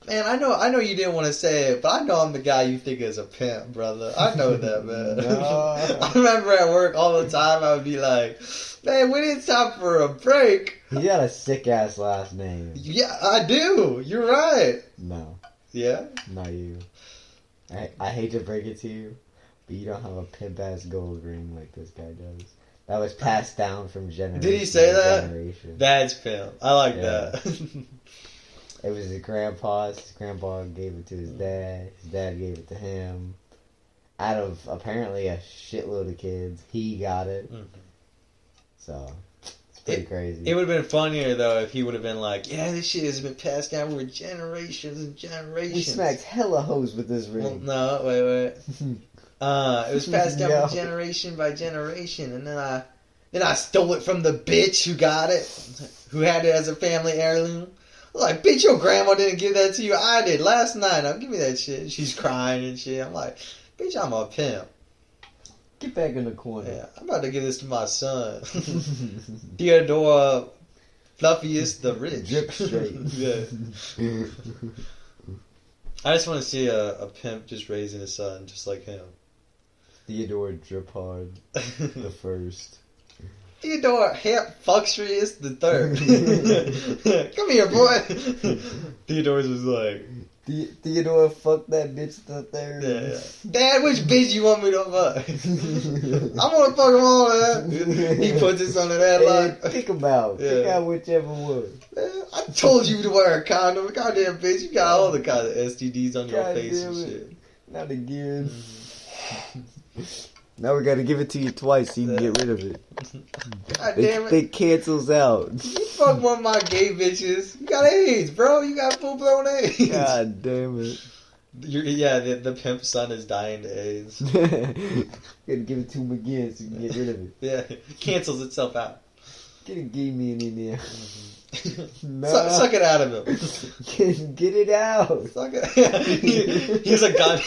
Man, I know, I know you didn't want to say it, but I know I'm the guy you think is a pimp, brother. I know that, man. No. I remember at work all the time, I would be like, "Man, when it's time for a break." you got a sick ass last name. Yeah, I do. You're right. No, Yeah. not you. I I hate to break it to you, but you don't have a pimp ass gold ring like this guy does. That was passed down from generation. Did he say to that? Generation. That's pimp. I like Yeah. that. It was his grandpa's. His grandpa gave it to Mm. his dad. His dad gave it to him. Out of apparently a shitload of kids, he got it. Mhm. So it's pretty crazy. it would have been funnier though if he would have been like, "Yeah, this shit has been passed down over generations and generations." we smacked hella hoes with this Well, ring. no, wait, wait. Uh, it was passed down No. from generation by generation, and then I, then I stole it from the bitch who got it, who had it as a family heirloom. I was like, bitch, your grandma didn't give that to you. I did last night. Now give me that shit. And she's crying and shit. I'm like, bitch, I'm a pimp. Get back in the corner. Yeah, I'm about to give this to my son, Theodore, fluffiest the rich. Drip straight. yeah. I just want to see a, a pimp just raising his son, just like him. Theodore Drippard the first. Theodore Hep Fuxrius the Third. Come here, boy. Theodore's was like, The- Theodore fucked that bitch the third. yeah. Dad, which bitch you want me to fuck? I want to fuck them all. Dad. He puts this on the Hey, headlock. pick 'em out. Pick Yeah. out whichever one. I told you to wear a condom. Goddamn bitch, you got all the kind of STDs on your God face and damn it. shit. Not again. Mm-hmm. now we gotta give it to you twice so you can get rid of it. God damn it. It, it cancels out. You fuck one of my gay bitches. You got AIDS, bro. You got full blown AIDS. God damn it. You're, yeah, the, the pimp son is dying to AIDS. gotta give it to him again so you can get rid of it. Yeah, cancels itself out. Get a gay man in there. No. Suck, suck it out of him. Get, get it out. Suck it. He- he's a gun.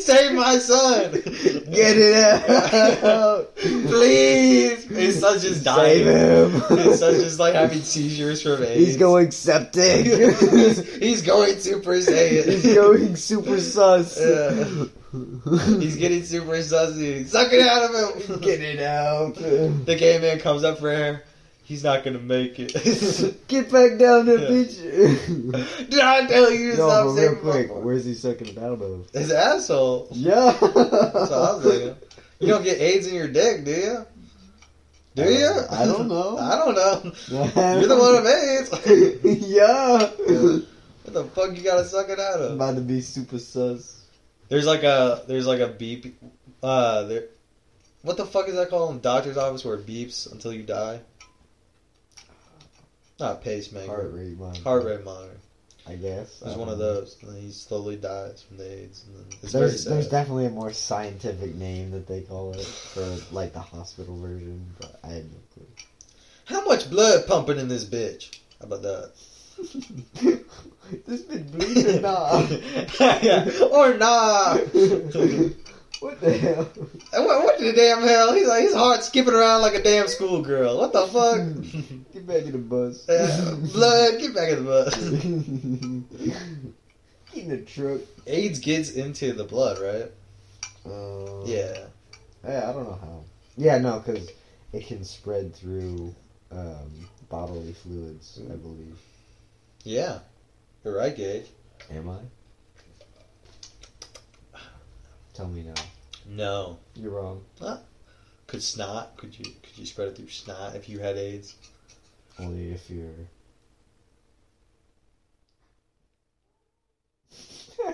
Save my son. Get it out. Please. His son's just dying. Save him. His son's just like having seizures from AIDS. He's going septic. he's, he's going Super Saiyan. He's going super sus. Yeah. He's getting super sussy. Suck it out of him. Get it out. The gay man comes up for air. He's not gonna make it. Get back down there, Yeah. bitch. Did I tell you to no, stop but real saving my- quick, where's he sucking it out of? His asshole. Yeah. That's what I was thinking. You don't get AIDS in your dick, do you? Do I don't- you? I don't know. I don't know. You're You're the one with AIDS. what yeah. the fuck you gotta suck it out of? About to be super sus. There's like a there's like a beep. Uh, there. What the fuck is that called in doctor's office where it beeps until you die? Not pacemaker. Heart rate monitor. Heart rate monitor. I guess. There's I one of don't know. those, and then he slowly dies from the AIDS. And then it's very There's, sad. there's definitely a more scientific name that they call it for like the hospital version, but I had no How much blood pumping in this bitch? How about that? clue. this been bleeding nah. Yeah, or nah. what the hell? And What, what the damn hell? He's like his heart skipping around like a damn schoolgirl. What the fuck? Get back in the bus. Uh, blood, get back in the bus. Get in the truck. AIDS gets into the blood, right? Um, Yeah. Yeah, I don't know how. Yeah, no, because it can spread through um, bodily fluids, I believe. Yeah, you're right, Gage. Am I? Tell me now. No, You're wrong. could snot? Could you could you spread it through snot if you had AIDS? Only if you're.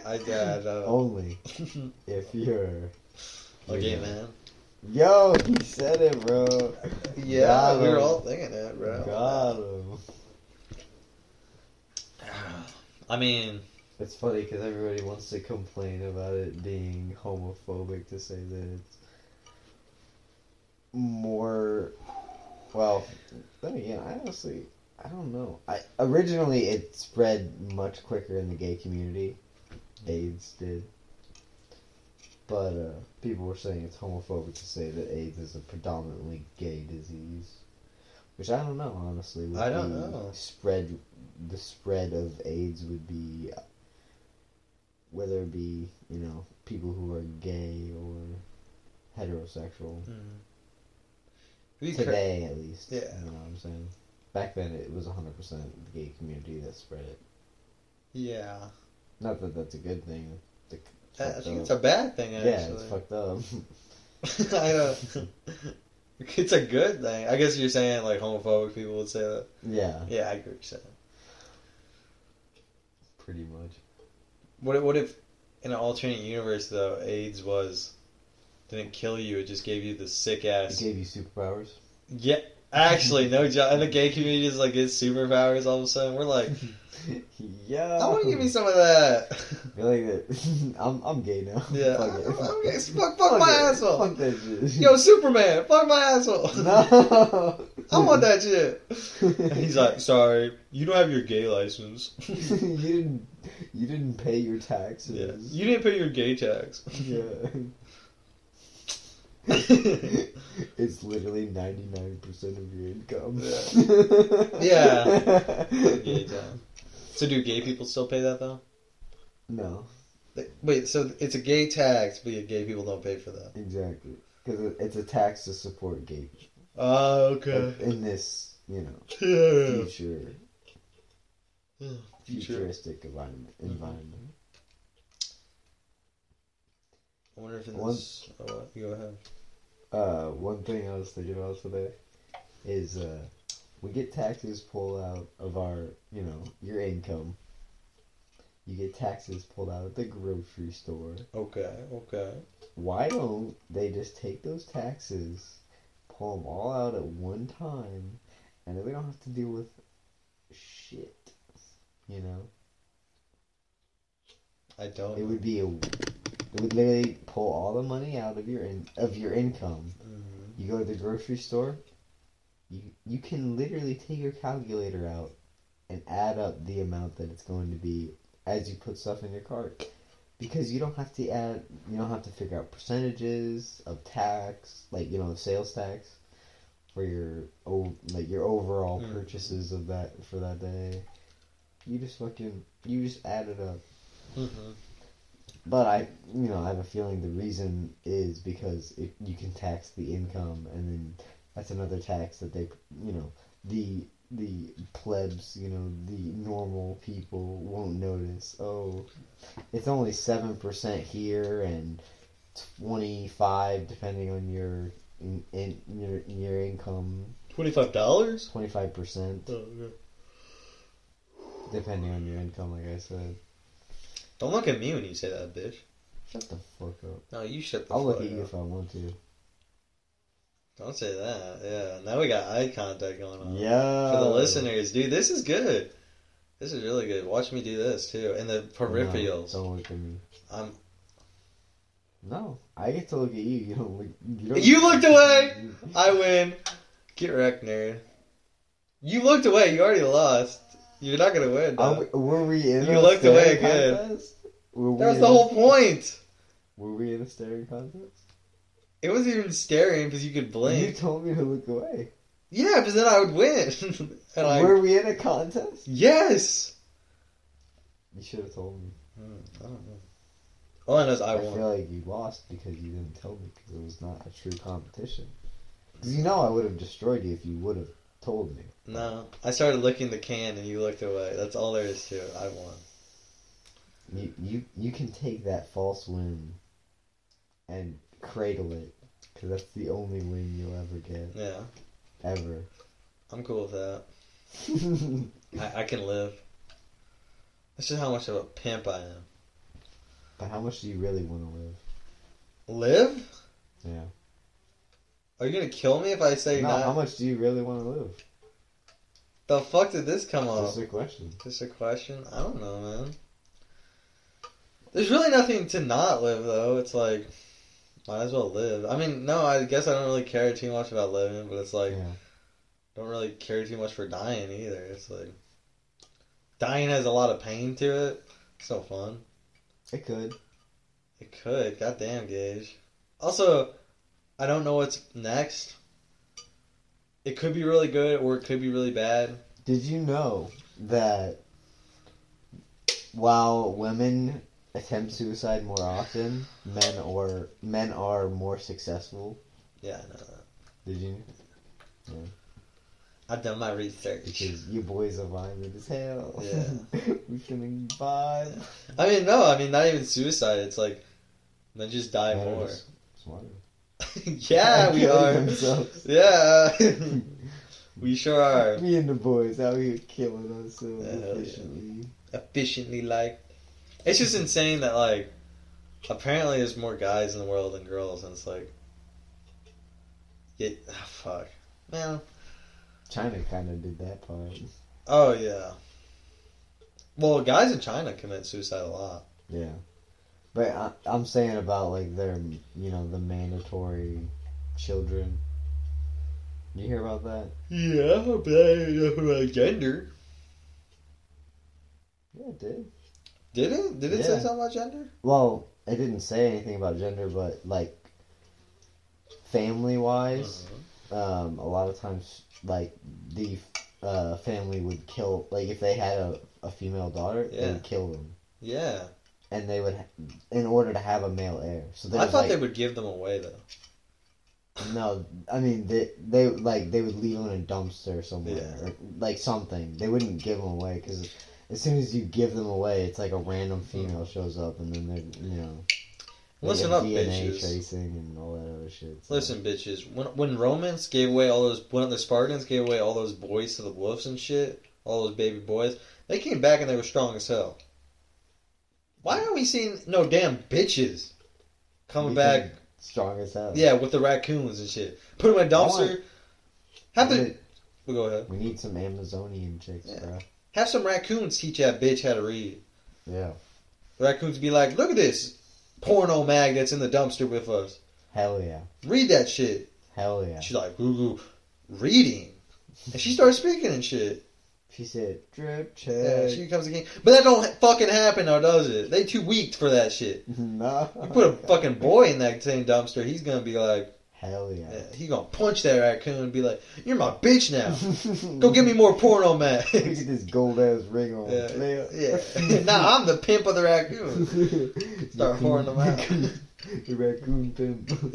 I got uh, Only if you're. okay, man. Yo, he said it, bro. Yeah, Got we were him. all thinking that, bro. Got him. I mean, It's funny because everybody wants to complain about it being homophobic to say that it's more. Well, then again, I honestly, I don't know. I originally it spread much quicker in the gay community. AIDS did, but uh, people were saying it's homophobic to say that AIDS is a predominantly gay disease, which I don't know. Honestly, would I don't be know. Spread the spread of AIDS would be uh, whether it be you know people who are gay or heterosexual hmm. we cur- today at least. Yeah. you know what I'm saying. Back then, it was 100 percent the gay community that spread it. yeah. Not that that's a good thing. It's like- it's I I fucked think it's a up. bad thing, actually. yeah, it's fucked up. I don't. It's a good thing. I guess you're saying like homophobic people would say that. yeah, Yeah, I agree. With you saying. pretty much. What if, what if in an alternate universe though AIDS was didn't kill you, it just gave you the sick It ass. gave you superpowers. Yeah, actually, no job. And the gay community is like gets superpowers all of a sudden. We're like, yeah, I want to give me some of that. I like that. I'm I'm gay now. yeah, fuck it. I'm, I'm gay. fuck, fuck my it. asshole. Fuck that shit. Yo, Superman, fuck my asshole. no. I want that shit. And he's like, sorry, you don't have your gay license. you didn't you didn't pay your Yeah. taxes. You didn't pay your gay tax. Yeah. It's literally ninety nine percent of your income. Yeah. Yeah. Gay tax. So do gay people still pay that though? no, They- Wait, so it's a gay tax, but yet gay people don't pay for that. exactly, because it's a tax to support gay people Oh, in this you know future Future. futuristic environment. environment. I wonder if in Once- this. Oh, what? Go ahead. Uh, one thing I was thinking about today is uh, we get taxes pulled out of our, you know, your income. You get taxes pulled out at the grocery store. Okay, okay. Why don't they just take those taxes, pull them all out at one time, and then we don't have to deal with shit? You know, I don't. it would be a. It would literally pull all the money out of your in, of your income, Mhm. You go to the grocery store, you you can literally take your calculator out and add up the amount that it's going to be as you put stuff in your cart. Because you don't have to add you don't have to figure out percentages of tax, like you know, sales tax for your o- like your overall Mm. purchases of that for that day. You just fucking you just add it up. Mhm. But I, you know, I have a feeling the reason is because it, you can tax the income, and then that's another tax that they, you know, the the plebs, you know, the normal people won't notice. Oh, it's only seven percent here and twenty five, depending on your in, in your your income, Twenty-five dollars. twenty five percent Oh, depending on your income. Like I said, Don't look at me when you say that, bitch. shut the fuck up. No, you shut the I'll fuck look at you up. if I want to. Don't say that. Yeah. Now we got eye contact going on. Yeah. Uh, For the listeners, dude, this is good. This is really good. Watch me do this too. And the peripherals. Um, No, don't look at me. I'm No, I get to look at you. You don't look. You, don't You looked away! I win. Get wrecked, nerd. You looked away. You already lost. You're not gonna win. Are dog. we- were we in? You a looked away staring again. contest? Were we That was in the a- whole point. Were we in a staring contest? It wasn't even staring because you could You blink. told me to look away. Yeah, but then I would win. and I were we in a contest? yes. You should have told me. I don't know. All I know is I, I won. feel like you lost because you didn't tell me because it was not a true competition. You know I would have destroyed you if you would have told me. No, I started licking the can and you looked away. That's all there is to it. I won. You you you can take that false win and cradle it because that's the only win you'll ever get Yeah, ever. I'm cool with that. I, I can live. That's just how much of a pimp I am. but how much do you really want to live? Live? Yeah. Are you gonna kill me if I say No, not? how much do you really want to live? The fuck did this come up? That's the question. Just a question? I don't know, man. There's really nothing to not live, though. It's like, might as well live. I mean, no, I guess I don't really care too much about living, but it's like, yeah. don't really care too much for dying either. It's like, dying has a lot of pain to it. It's no fun. It could. It could. Goddamn, Gage. Also, I don't know what's next. It could be really good or it could be really bad. Did you know that while women attempt suicide more often, men or men are more successful? Yeah, I know that. Did you? I've done my research. Because you boys are violent as hell. Yeah. we feeling vibe. I mean, no, I mean, not even suicide. It's like, then just die Men are more. just smarter. yeah, we Killing are. themselves. Yeah. we sure are. Me and the boys out here killing us so Yeah, hell yeah. efficiently. Efficiently, like. It's just insane that, like, apparently there's more guys in the world than girls, and it's like. Yeah, ah, fuck. Man. China kind of did that part. Oh, yeah. Well, guys in China commit suicide a lot. Yeah, but I, I'm saying about like their, you know, the mandatory children. You hear about that? Yeah, but I, gender. Yeah, it did. Did it? Did it say Yeah. something about gender? Well, it didn't say anything about gender, but like family Uh-huh. wise, um, a lot of times like the uh, family would kill like if they had a, a female daughter, they Yeah. would kill them, Yeah. and they would ha- in order to have a male heir. So I there's, thought like, they would give them away though. No, I mean they they like they would leave them in a dumpster somewhere Yeah. or like something. They wouldn't give them away because as soon as you give them away, it's like a Mm-hmm. random female shows up and then they're you know they Listen get up, DNA bitches. tracing and all that other shit. so- Listen, bitches. When when Romans gave away all those when the Spartans gave away all those boys to the wolves and shit, all those baby boys, they came back and they were strong as hell. Why aren't we seeing no damn bitches coming you back? can- strong as hell. Yeah, with the raccoons and shit. Put them in a dumpster. Have We the need- well, go ahead. we need some Amazonian chicks, Yeah. bro. Have some raccoons teach that bitch how to read. Yeah, The raccoons be like, look at this porno mag that's in the dumpster with us. hell yeah, Read that shit. hell yeah. She's like, ooh, ooh, reading. And she starts speaking and shit. She said drip Yeah, check. she comes again. But that don't fucking happen though, does it? They too weak for that shit. no, You put a fucking boy in that same dumpster, he's gonna be like, hell yeah. yeah, he gonna punch that raccoon and be like, you're my bitch now. Go get me more porno Look at mags. this gold ass ring on. Yeah, player. yeah. nah, I'm the pimp of the raccoon. Start whoring them out. the raccoon pimp.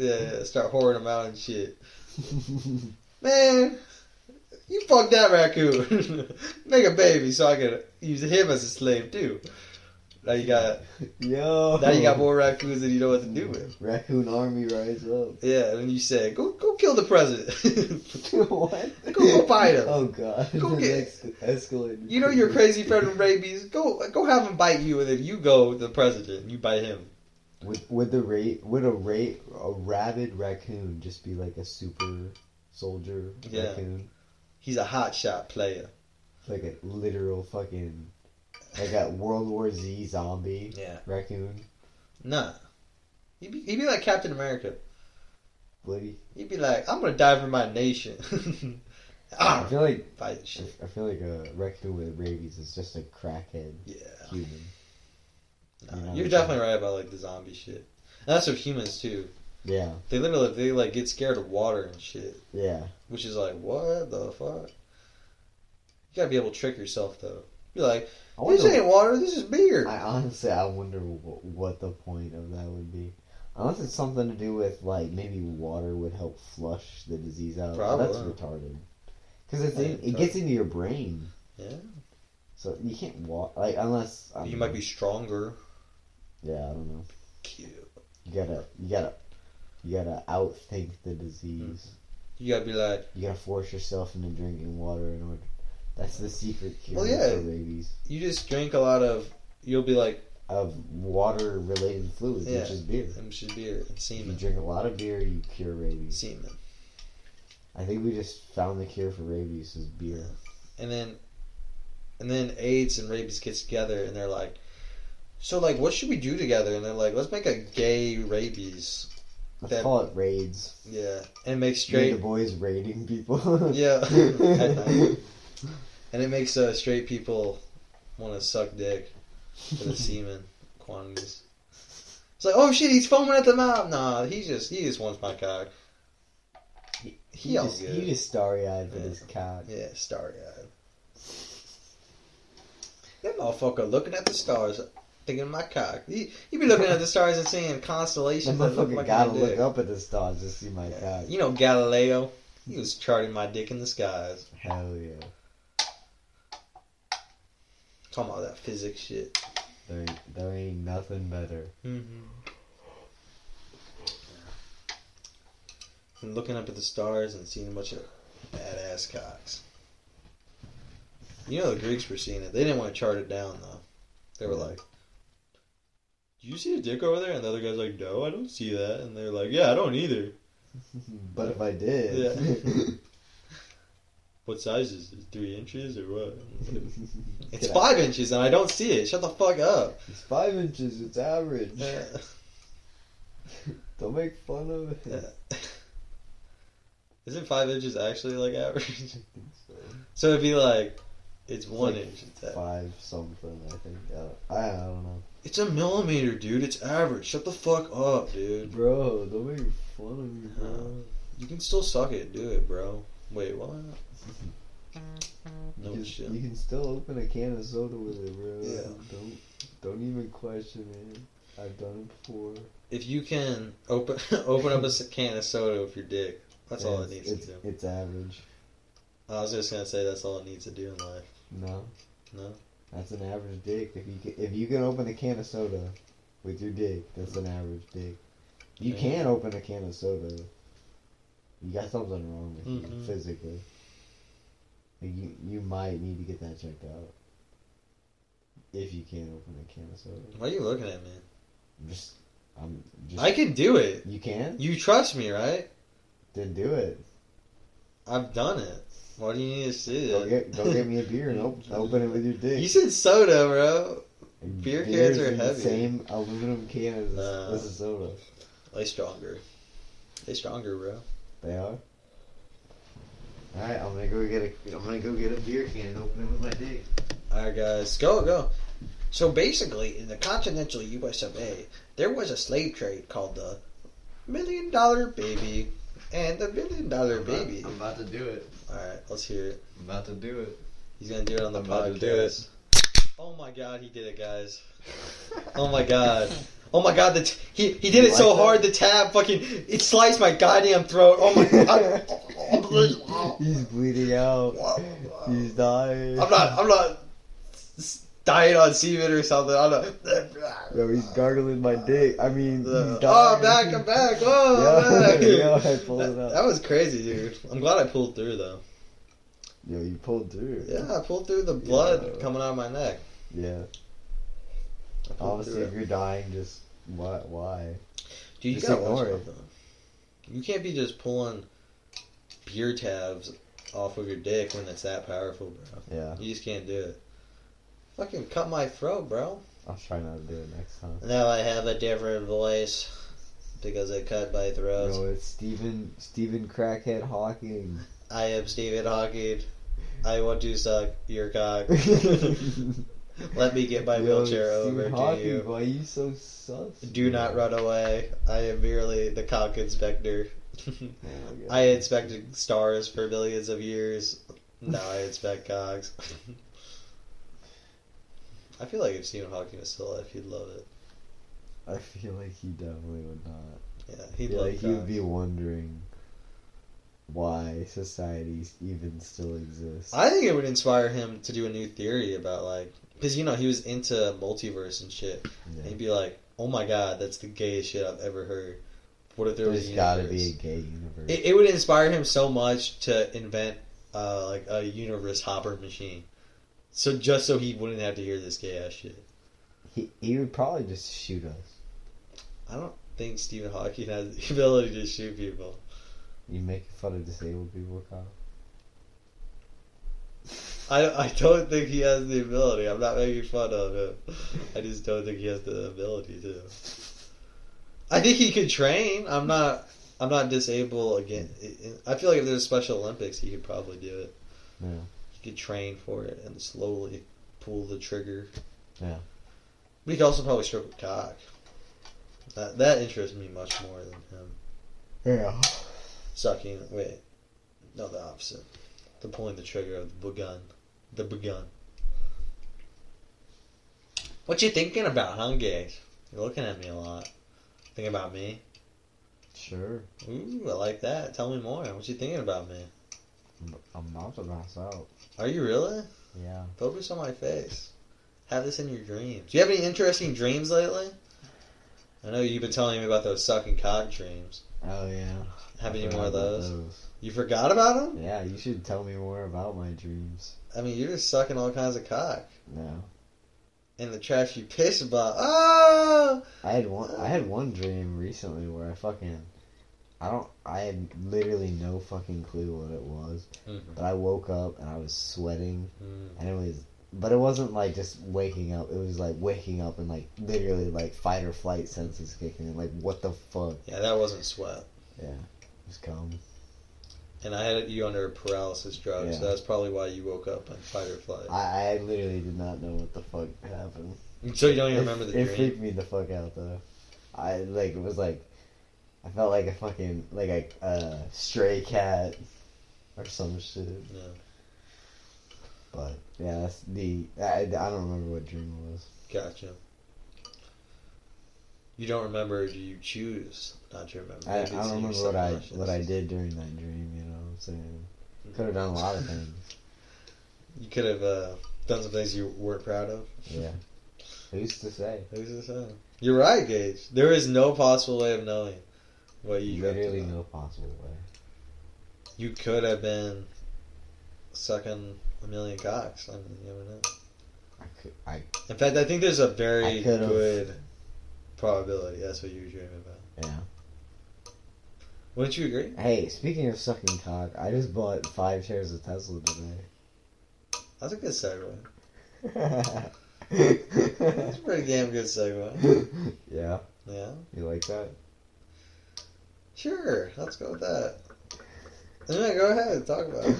Yeah, yeah, start whoring them out and shit. Man, you fuck that raccoon. Make a baby so I can use him as a slave too. Now you got Yo. now you got more raccoons that you know what to do with. Raccoon army rise up. Yeah, and you say, go go kill the president. what? Go fight him. Oh god. Go The get- next escalated. you know your crazy friend with rabies. Go go have him bite you, and then you go the president. and You bite him. Would, would the rate would a rate a rabid raccoon just be like a super soldier Yeah. raccoon? He's a hot shot player. Like a literal fucking like a World War Z zombie Yeah. raccoon. Nah, he'd be, he'd be like Captain America. Would he? He'd be like, I'm gonna die for my nation. I ah, feel like fight and shit. I feel like a raccoon with rabies is just a crackhead Yeah. human. Nah, You know, you're it's definitely right about like the zombie shit. And that's with humans too. Yeah, They literally they like get scared of water and shit, yeah. which is like what the fuck. You gotta be able to trick yourself though. You're like, I, this wonder, ain't water. This is beer. I honestly, I wonder wh- what the point of that would be. Unless it's something to do with like maybe water would help flush the disease out. That's Probably. retarded. Because it's in, Yeah, it gets into your brain, Yeah. so you can't walk like unless I You don't might know. be stronger. Yeah, I don't know. Cute. You gotta you gotta you gotta outthink the disease. Mm-hmm. You gotta be like, You gotta force yourself into drinking water in order. That's the secret cure Well, yeah. for rabies you just drink a lot of. You'll be like, of water related fluids, Yeah. which is beer. I'm just beer and If you semen. drink a lot of beer, you cure rabies. Semen. I think we just found the cure for rabies is beer. and then and then AIDS and rabies gets together and they're like so like what should we do together and they're like let's make a gay rabies Let's That- call it raids. yeah and make Straight straight the boys raiding people. Yeah. At night. and it makes uh, straight people want to suck dick for the semen quantities it's like oh shit he's foaming at the mouth nah he just he just wants my cock he, he all just, good he just starry eyed for Yeah. this cock. Yeah, starry eyed. That motherfucker looking at the stars, thinking my cock. He, he be looking at the stars and seeing That constellations. that look motherfucker like gotta my look dick. up at the stars to see my cock. You know Galileo. He was charting my dick in the skies. Hell yeah. Talking about that physics shit. There ain't, there ain't nothing better. Mm-hmm. And looking up at the stars and seeing a bunch of badass cocks. You know the Greeks were seeing it. They didn't want to chart it down though. They were like, "Do you see a dick over there?" And the other guy's like, "No, I don't see that." And they're like, "Yeah, I don't either. But if I did. Yeah. What size is it? Three inches or what?" And Could It's I- five inches, and I don't see it. Shut the fuck up. It's five inches, it's average. Uh, Don't make fun of it. Yeah. Isn't five inches actually like average? so it'd be like it's one like inch. It's, average. Five something, I think. I don't, I, I don't know. it's a millimeter, dude. It's average. Shut the fuck up, dude. Bro, don't make fun of me, Uh-huh. bro. You can still suck it. Do it, bro. Wait, what? you, No can, shit. you can still open a can of soda with it, bro. Yeah. Don't, don't even question it. I've done it before. If you can open open up a s- can of soda with your dick, that's all it It's- needs to it's, do. It's average. I was just gonna say that's all it needs to do in life. No. No? That's an average dick. If you can, if you can open a can of soda with your dick, that's an average dick. You Yeah. can open a can of soda. You got something wrong with you Mhm. physically. Like, You you might need to get that checked out. If you can't open a can of soda, Why are you looking at me? I'm just I'm just. I can do it. You can? You trust me, right? Then do it. I've done it. Why do you need to see Go that? get go get me a beer and open, open it with your dick. You said soda, bro. And beer cans beer's are in heavy. The same aluminum can as Nah. as a soda. They stronger. They stronger, bro. They are. Alright, I'm gonna go get a I'm gonna go get a beer can and open it with my dick. All right, guys, go go. So basically, in the continental U.S. of A., there was a slave trade called the Million Dollar Baby, and the Million Dollar I'm about- Baby. I'm about to do it. All right, let's hear it. I'm about to do it. He's gonna do it on the I'm about to do podcast. Oh my God, he did it, guys. Oh my God. Oh my god, the t- he, he did You it so like that? hard the tab fucking it sliced my goddamn throat. Oh my god. He's bleeding out. He's dying. I'm not. I'm not s- dying on semen or something. I'm not. Yo, he's gargling my dick. I mean, he's dying. oh, I'm back! I'm back! Oh, Yeah, I'm back. yeah, I pulled it that, up. that was crazy, dude. I'm glad I pulled through though. Yo, you pulled through. Yeah, I pulled through the blood Yeah. coming out of my neck. Yeah. I pulled Obviously, through if it. you're dying, just why? Why? dude, you just gotta ignore watch it. out though. You can't be just pulling beer tabs off of your dick when it's that powerful, bro. Yeah. You just can't do it. Fucking cut my throat, bro. I'll try not to do it next time. Now I have a different voice because I cut my throat. Yo, it's Stephen Stephen Crackhead Hawking. I am Stephen Hawking. I want to suck your cock. Let me get my Yo, wheelchair Stephen over Hawking, to you. Why are you so sus? Do not bro? run away. I am merely the cock inspector. Oh my God. I inspected stars for millions of years. Now I inspect cocks. I feel like if Stephen Hawking was still alive, he'd love it. I feel like he definitely would not. Yeah, he'd yeah, like he would be wondering why society even still exists. I think it would inspire him to do a new theory about like, because you know he was into multiverse and shit. Yeah. And he'd be like, "Oh my god, that's the gayest shit I've ever heard." What if there was There's a got to universe? be a gay universe. It, it would inspire him so much to invent uh, like a universe hopper machine, so just so he wouldn't have to hear this gay ass shit. he, he would probably just shoot us. I don't think Stephen Hawking has the ability to shoot people. You making fun of disabled people, Kyle? I, I don't think he has the ability. I'm not making fun of him. I just don't think he has the ability to. I think he could train. I'm not. I'm not disabled again. I feel like if there's Special Olympics, he could probably do it. No. He could train for it and slowly pull the trigger. Yeah. But he could also probably stroke a cock. That, that interests me much more than him Yeah. sucking. Wait, no, the opposite. The pulling the trigger of the begun. The begun. What you thinking about, huh, gays? You're looking at me a lot. Thinking about me? Sure. Ooh, I like that. Tell me more. What you thinking about me? I'm- I'm about to pass out. Are you really? Yeah. Focus on my face. Have this in your dreams. Do you have any interesting dreams lately? I know you've been telling me about those sucking cock dreams. Oh yeah. Have I any forgot more of about those? You forgot about them? Yeah, you should tell me more about my dreams. I mean, you're just sucking all kinds of cock. No. in the trash you piss about. Oh, I had one. I had one dream recently where I fucking, I don't. I had literally no fucking clue what it was, Mm-hmm. but I woke up and I was sweating and it was. But it wasn't like just waking up. It was like waking up and like literally like fight or flight senses kicking in. Like what the fuck? yeah, that wasn't sweat. Yeah, just come. And I had you under a paralysis drug, Yeah. so that's probably why you woke up in fight or flight. I, I literally did not know what the fuck happened. so you don't even It- remember the it dream. freaked me the fuck out though. I like it was like I felt like a fucking like a uh, stray cat or some shit. Yeah. But yeah, that's the I, I don't remember what dream it was. Gotcha. You don't remember? Do you choose not to remember? I, I Maybe it's don't in your remember what I subconscious. what I did during that dream. You know what I'm saying? Mm-hmm. Could have done a lot of things. You could have uh, done some things you weren't proud of. Yeah. Who's to say? Who's to say? uh? You're right, Gage. There is no possible way of knowing what you dreamt Literally about. no possible way. You could have been sucking a million cocks. I mean, you never know. I could. I In fact, I think there's a I very could've- good probability that's what you were dreaming about. yeah. Wouldn't you agree? Hey, speaking of sucking cock, I just bought five shares of Tesla That's a good segue. today. That's a pretty damn good segue. yeah, Yeah, you like that? sure. Let's go with that. Yeah, go ahead. Talk about it.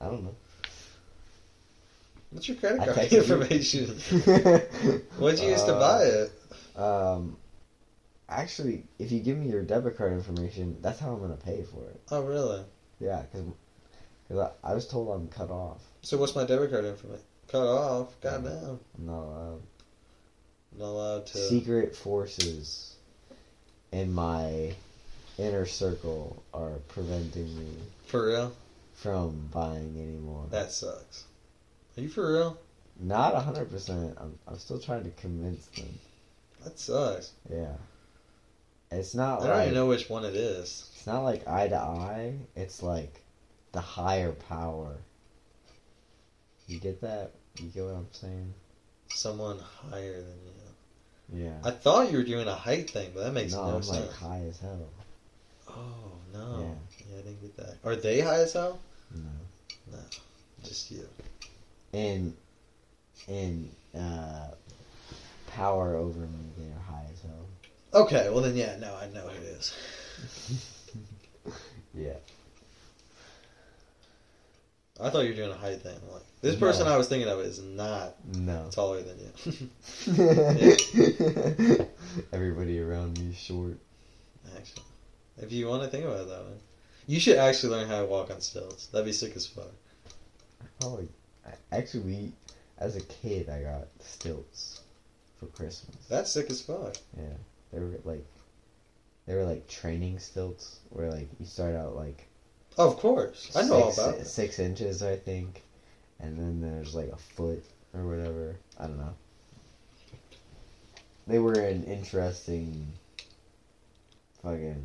I don't know. What's your credit I card texted you. Uh, information? What'd you use to buy it? Um, actually, if you give me your debit card information, that's how I'm gonna pay for it. Oh, really? Yeah, because I, I was told I'm cut off. So what's my debit card information? Cut off. Goddamn. I'm not allowed. I'm not allowed to. um, Secret forces in my inner circle are preventing me For real? from buying anymore. That sucks. Are you for real? Not a hundred percent. I'm I'm still trying to convince them. That sucks. Yeah. It's not I don't like even know which one it is. it's not like eye to eye. It's like the higher power. You get that? You get what I'm saying? Someone higher than you. Yeah. I thought you were doing a height thing, but that makes no, no, I'm sense. like high as hell. oh no! Yeah. I didn't get that. Are they high as hell? No. Just you. And and uh, power over me, they're high as hell. Okay, well then, yeah, no, I know who it is. Yeah. I thought you were doing a height thing. I'm Like this No. person I was thinking of is not No. taller than you. Everybody around me is short. actually, if you want to think about it that one, you should actually learn how to walk on stilts. That'd be sick as fuck. Probably. Actually, we, as a kid, I got stilts for Christmas. That's sick as fuck. Yeah, they were like, they were like training stilts where like you start out like Of course, I know six, all about it. six inches, I think, and then there's like a foot or whatever. I don't know. They were an interesting fucking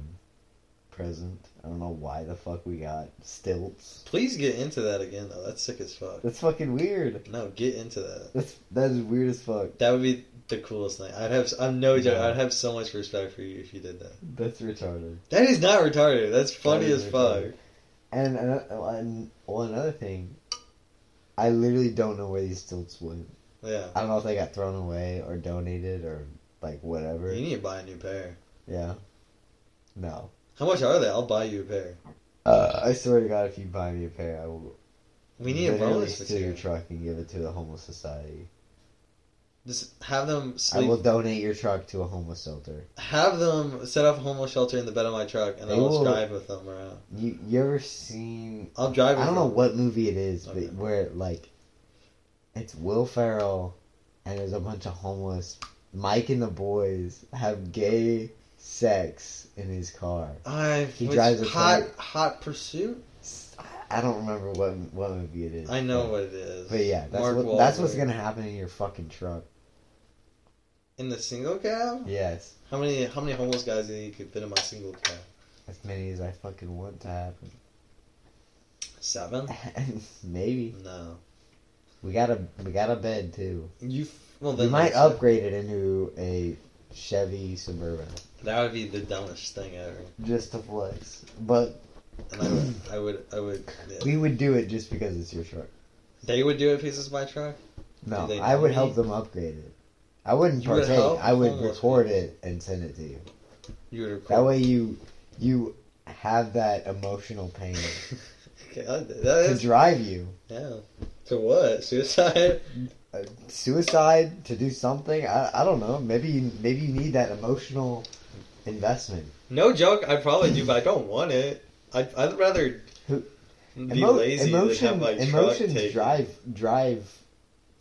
present. I don't know why the fuck we got stilts. Please get into that again though. That's sick as fuck. That's fucking weird. No, get into that. That's that is weird as fuck. That would be the coolest thing. I'd have. I'm no joke. Yeah. I'd have so much respect for you if you did that. That's retarded. That is not retarded. That's funny is as retarded. fuck. And, and, and well, another thing, I literally don't know where these stilts went. Yeah. I don't know if they got thrown away or donated or like whatever. You need to buy a new pair. Yeah. No. How much are they? I'll buy you a pair. Uh, I swear to God, if you buy me a pair, I will We need a literally bonus for steal your you. truck and give it to the homeless society. Just have them I will sleep. donate your truck to a homeless shelter. Have them set up a homeless shelter in the bed of my truck, and They I'll will- drive with them around. You you ever seen? I'll drive. With I don't know them. what movie it is, Okay. but where like, it's Will Ferrell, and there's a bunch of homeless. Mike and the boys have gay sex in his car. I He which drives a hot truck. hot pursuit. S- I don't remember what what movie it is. I know but- what it is. But yeah, that's Mark what, that's what's Wahlberg. gonna happen in your fucking truck. in the single cab. Yes. How many how many homeless guys do you think could fit in my single cab? As many as I fucking want to happen. Seven? Maybe No. we got a we got a bed too. You f- well We then might that's- upgrade it into a Chevy Suburban That would be the dumbest thing ever. just to flex. But And I would I would, I would yeah. we would do it just because it's your truck. they would do it pieces my truck. No, Do they I would need- help them upgrade it. I wouldn't You would partake. help I would homeless record people. it and send it to you. You would record. That way you you have that emotional pain okay, that, that to is drive you yeah. To what suicide? uh, suicide to do something. I, I don't know. Maybe you, maybe you need that emotional investment. No joke. I probably do, but I don't want it. I'd, I'd rather Who- be Emo- lazy than have my truck emotions taken. drive drive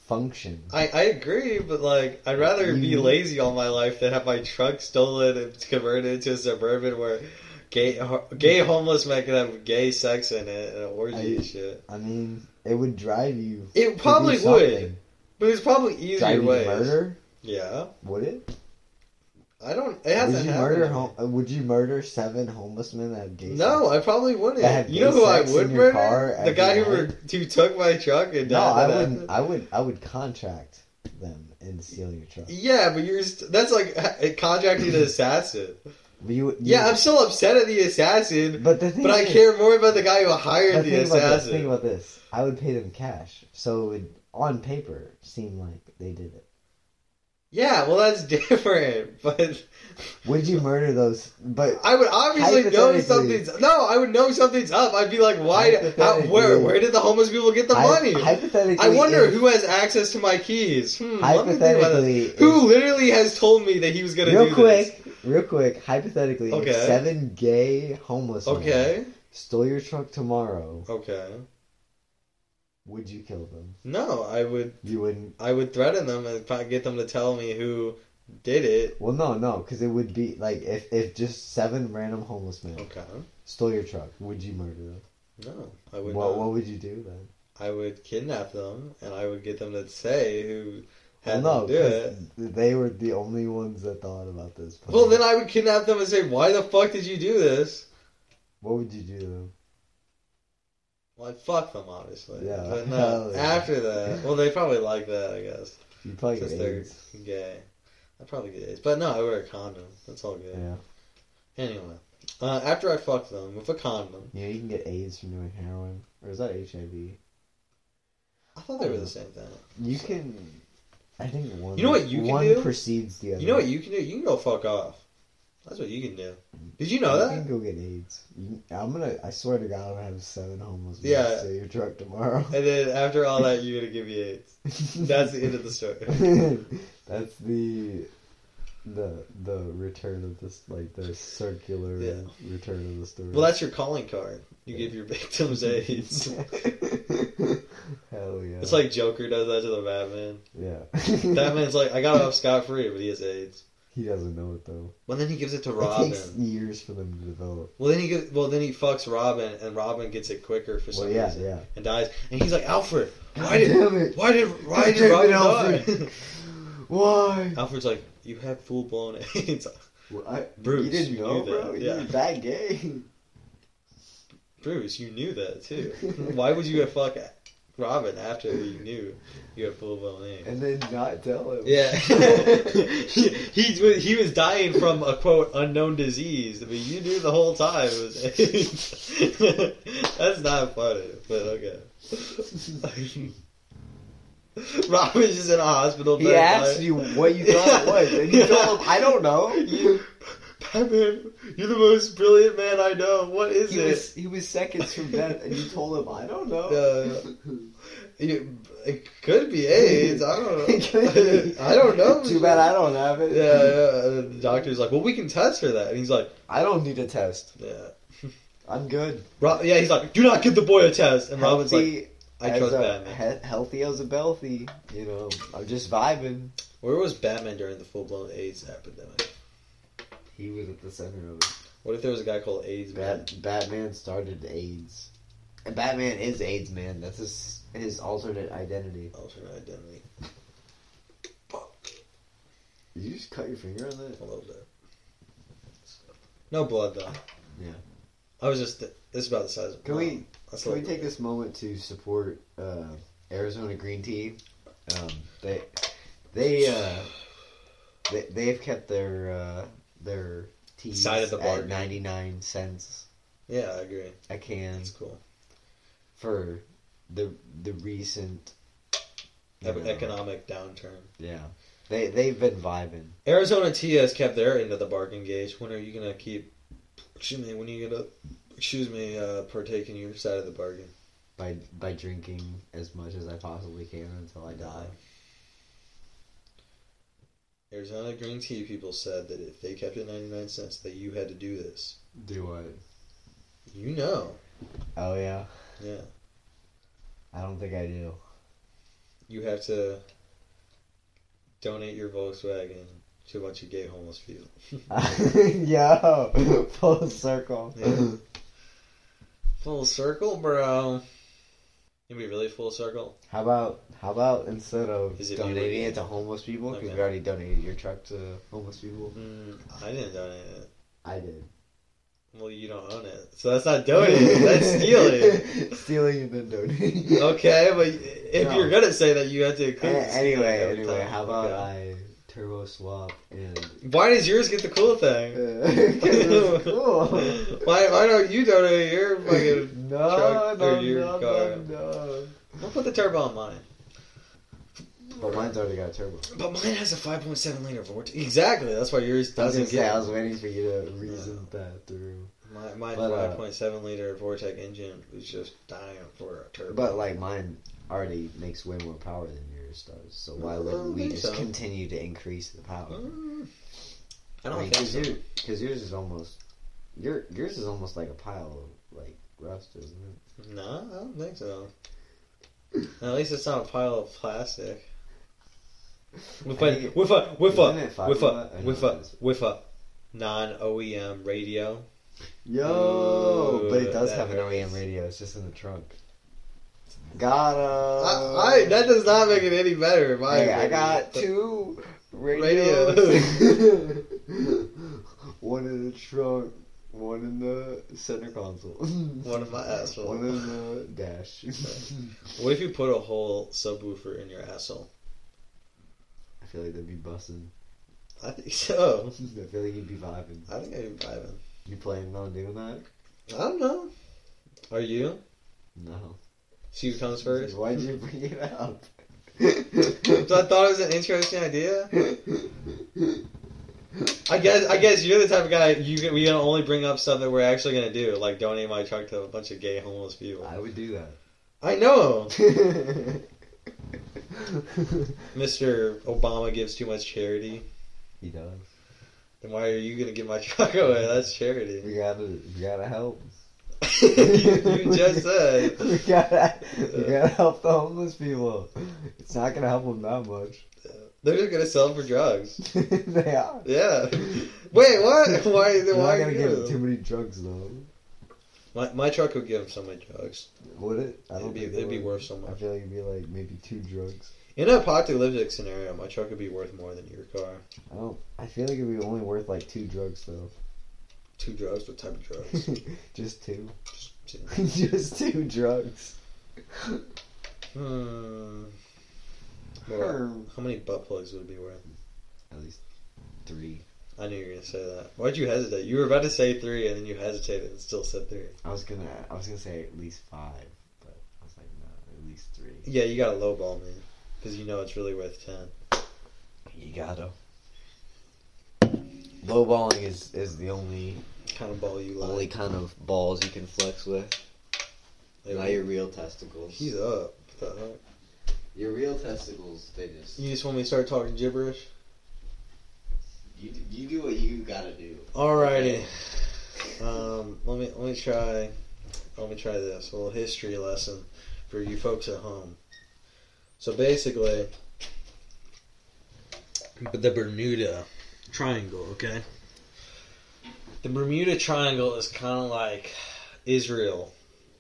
function. I, I agree, but like I'd rather be You- lazy all my life than have my truck stolen and converted into a suburban where gay ho- gay homeless men can have gay sex in it and orgy I- and shit. I mean, it would drive you. It to probably do would, something. but there's probably easier drive you ways. to murder. Yeah, Would it? I don't. It Would hasn't you happened. murder? Hom- uh, would you murder seven homeless men that have gay no, I sex? probably wouldn't. That had you know gay who I sex would in your murder? car the every guy who, night? were, who took my truck and no, died. I That happened. wouldn't. I would. I would contract them and steal your truck. Yeah, but you're st- that's like ha- contracting an assassin. But you, you- Yeah, I'm still upset at the assassin, But the thing But I is- care more about the guy who But hired the think, about this, think assassin. about this. I would pay them cash, so it would, on paper, seem like they did it. Yeah, well, that's different. But Would you murder those? But I would obviously know Hypothetically. something's. No, I would know something's up. I'd be like, why? How, where? Hypothetically. Where did the homeless people get the hy- money? hypothetically, I wonder if- who has access to my keys. Hmm, let me think about that. Hypothetically, who if- literally has told me that he was gonna Real do quick, real quick. Hypothetically, if Okay. seven gay homeless this? men Okay, stole your truck tomorrow. okay. Would you kill them? No, I would. You wouldn't. I would threaten them and fi- get them to tell me who did it. Well, no, no, because it would be like if if just seven random homeless men Okay. stole your truck. Would you murder them? No, I would. What not. What would you do then? I would kidnap them and I would get them to say who Well, had no, them do it. 'cause they were the only ones that thought about this. plan. Well, then I would kidnap them and say, "Why the fuck did you do this?" what would you do to them? Well, I'd fuck them, obviously. Yeah, But no, hell yeah. after that, well, they probably like that, I guess, You probably since get they're AIDS. gay. I probably get AIDS, but no, I wear a condom. That's all good. Yeah, Anyway, uh, after I fuck them with a condom, you know you can get AIDS from doing heroin, or is that HIV? I thought they were the same thing. You can, I think one. You know what you can one do? precedes the other. You know what you can do? You can go fuck off. That's what you can do. Did you know You that? can go get AIDS. You can- I'm gonna. I swear to God, I'm gonna have seven homeless. men Yeah. steal your truck tomorrow. And then after all that, you're gonna give me AIDS. That's the end of the story. That's the the the return of this like the circular Yeah. return of the story. Well, that's your calling card. You give your victims AIDS. Hell yeah. It's like Joker does that to the Batman. yeah. Batman's like, I got off scot free, but he has AIDS. he doesn't know it though. Well, then he gives it to It Robin. takes years for them to develop. Well, then he gives, well then he fucks Robin, and Robin gets it quicker for some Well, yeah, reason yeah. and dies. And he's like, Alfred, why God did damn it? why did why God damn did it, Robin Alfred. die? Why? Alfred's like, you have full blown AIDS. Well, I, Bruce, you didn't you know, knew that, bro. yeah. You're that gay. Bruce, you knew that too. Why would you have fuck Robin after you knew you had full blown AIDS? And then not tell him. Yeah, he, he was- he was dying from a quote unknown disease, but you knew the whole time it was AIDS. That's not funny, but okay. Robin's just in a hospital bed. He asked dying. you what you thought it was, and you told him, "I don't know." You, Batman, you're the most brilliant man I know. What is He it? was, he was seconds from death, and you told him, I don't know. You- it could be AIDS. I don't know. It could be. I don't know. Too bad I don't have it. Yeah, yeah. And the doctor's like, well, we can test for that, and he's like, I don't need a test. yeah. I'm good. Rob, yeah, he's like, do not give the boy a test. And Robin's like, Healthy I as trust a- Batman. he- healthy as a belthy. You know, I'm just vibing. Where was Batman during the full blown AIDS epidemic? He was at the center of it. What if there was a guy called AIDS Man? Bat- Batman started AIDS. And Batman is AIDS man. That's his his alternate identity. Alternate identity. Did you just cut your finger on that? A little bit. No blood, though. Yeah. I was just, it's about the size of Can we That's a can we little take bit. this moment to support uh, Arizona Green Tea? Um, they they uh, they they've kept their uh, their teas Side of the at bargain. ninety nine cents Yeah, I agree. a can That's cool. for the the recent you Ev- know, Economic downturn. Yeah, they they've been vibing. Arizona Tea has kept their end of the bargain gauge. When are you gonna keep? Excuse me. When are you gonna? Excuse me. Uh, partake in your side of the bargain. by by drinking as much as I possibly can until I die. Arizona green tea people said that if they kept it ninety nine cents, that you had to do this. Do what? You know. Oh yeah, Yeah. I don't think I do. You have to donate your Volkswagen to a bunch of gay homeless people. Yo, full circle. Yeah. full circle, bro. Can be really full circle. How about how about instead of Is it donating you? it to homeless people because Okay. we already donated your truck to homeless people? Mm, I didn't donate it. I did. Well, you don't own it, so that's not donating. it, that's stealing. stealing and then donating. Okay, but if No. you're gonna say that, you have to. A- include stealing anyway, every anyway, time. how about Okay. I turbo swap and Why does yours get the cool thing? because cool. why why don't you donate your fucking? no, truck or no, your no, car. no, no. I'll put the turbo on mine. But mine's already got a turbo. But mine has a 5.7 liter vortex. Exactly. That's why yours I was doesn't gonna say get. I was waiting for you to reason that through. My my but, uh, 5.7 liter vortex engine was just dying for a turbo. But like mine already makes way more power than yours does. So I why don't wouldn't we think just so. continue to increase the power? Mm. I don't mean, think so. yours, cause yours is almost your yours is almost like a pile of like rust, isn't it? No, I don't think so. At least it's not a pile of plastic. With I think a it- with a with isn't a it five with watt? a I know with it a is. with a non OEM radio. Yo, Ooh, but it does that have an hurts. OEM radio. It's just in the trunk. Got a. I, I that does not make it any better. in My Hey, I opinion. got two Radios. radios. one in the trunk, one in the center console, one in my one asshole. in the dash. I What if you put a whole subwoofer in your asshole? feel like they'd be busting. I think so. I feel like you'd be vibing. I think I'd be vibing. You planning on doing that? I don't know. Are you? No. See who comes first. Why'd you bring it up? So I thought it was an interesting idea. I guess I guess you're the type of guy you we can only bring up stuff that we're actually gonna do, like donate my truck to a bunch of gay homeless people. I would do that. I know, Mr. Obama gives too much charity. he does. Then why are you gonna give my truck away? That's charity. We gotta, we gotta help. you, you just said. Uh. you gotta, you gotta help the homeless people. It's not gonna help them that much. They're just gonna sell for drugs. they are. Yeah. Wait, what? Why? You're Why not are gonna give them too you? many drugs though. My, my truck would give them so many drugs. Would it? I It'd be think they it'd be would. worth so I much. feel like it'd be like maybe two drugs. In an apocalyptic scenario, my truck would be worth more than your car. I don't. I feel like it'd be only worth like two drugs though. Two drugs. What type of drugs? Just two. Just two. Just two drugs. Hmm. Well, Herm. how many butt plugs would it be worth? At least three. I knew you were gonna say that. Why'd you hesitate? You were about to say three, and then you hesitated and still said three. I was gonna. I was gonna say at least five, but I was like no, at least three. Yeah, you gotta lowball me, because you know it's really worth ten. You gotta. Lowballing is is the only Kind of ball you like. only kind of balls you can flex with. Like, Not your real testicles. He's up. What the heck? Your real testicles, they just You just want me to start talking gibberish? you, you do what you gotta do. Alrighty. Um, let me let me try let me try this a little history lesson for you folks at home. So basically, the Bermuda Triangle, okay. The Bermuda Triangle is kind of like Israel,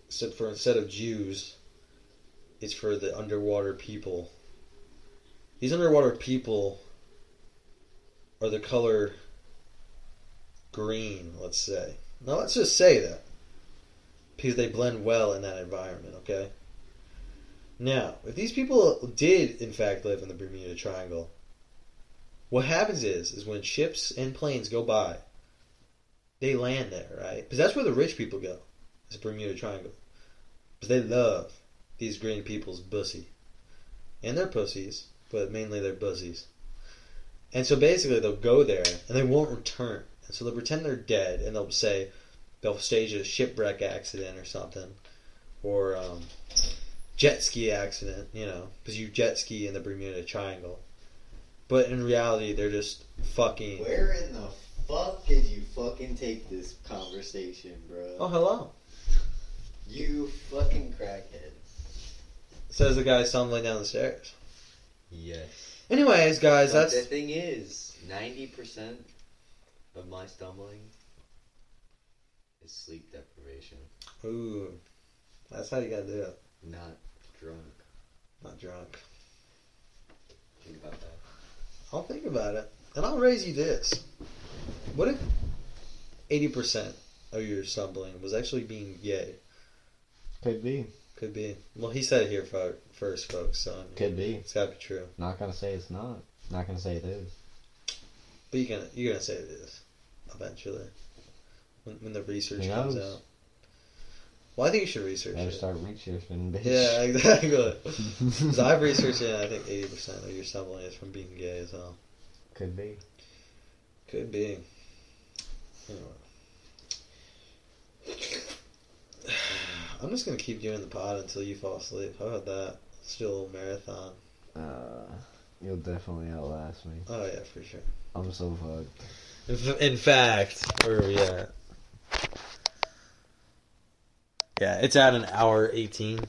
except for instead of Jews, it's for the underwater people. These underwater people are the color green, let's say. Now let's just say that. Because they blend well in that environment, okay? Now, if these people did in fact live in the Bermuda Triangle, what happens is is when ships and planes go by, they land there, right? Because that's where the rich people go. It's the Bermuda Triangle. Because they love these green people's bussy. And their pussies, but mainly their bussies. And so basically, they'll go there and they won't return. And so they'll pretend they're dead and they'll say they'll stage a shipwreck accident or something, or um, jet ski accident, you know, because you jet ski in the Bermuda Triangle. But in reality, they're just fucking. Where in the fuck did you fucking take this conversation, bro? Oh, hello. You fucking crackhead. Says the guy stumbling down the stairs. Yes. Anyways, guys, the that's. thing is, ninety percent of my stumbling is sleep deprivation, Ooh. That's how you gotta do it. not drunk. Not drunk. Think about that. I'll think about it. And I'll raise you this. What if 80% of your stumbling was actually being gay? Could be. Could be. Well, he said it here fo- first, folks, so I mean, Could be. it's gotta be true. Not gonna say it's not. Not gonna say it is. But you're gonna, you're gonna say it is eventually. When, when the research Who comes knows? out. Well, I think you should research Better it. start researching, bitch. Yeah, exactly. Because I've researched it, and I think 80% of your stumbling is from being gay as well. Could be. Could be. Anyway. I'm just gonna keep doing the pod until you fall asleep. How about that? Let's do a little marathon. Uh, you'll definitely outlast me. Oh yeah, for sure. I'm so fucked. In, f- in fact, where are we at? Yeah, it's at an hour eighteen.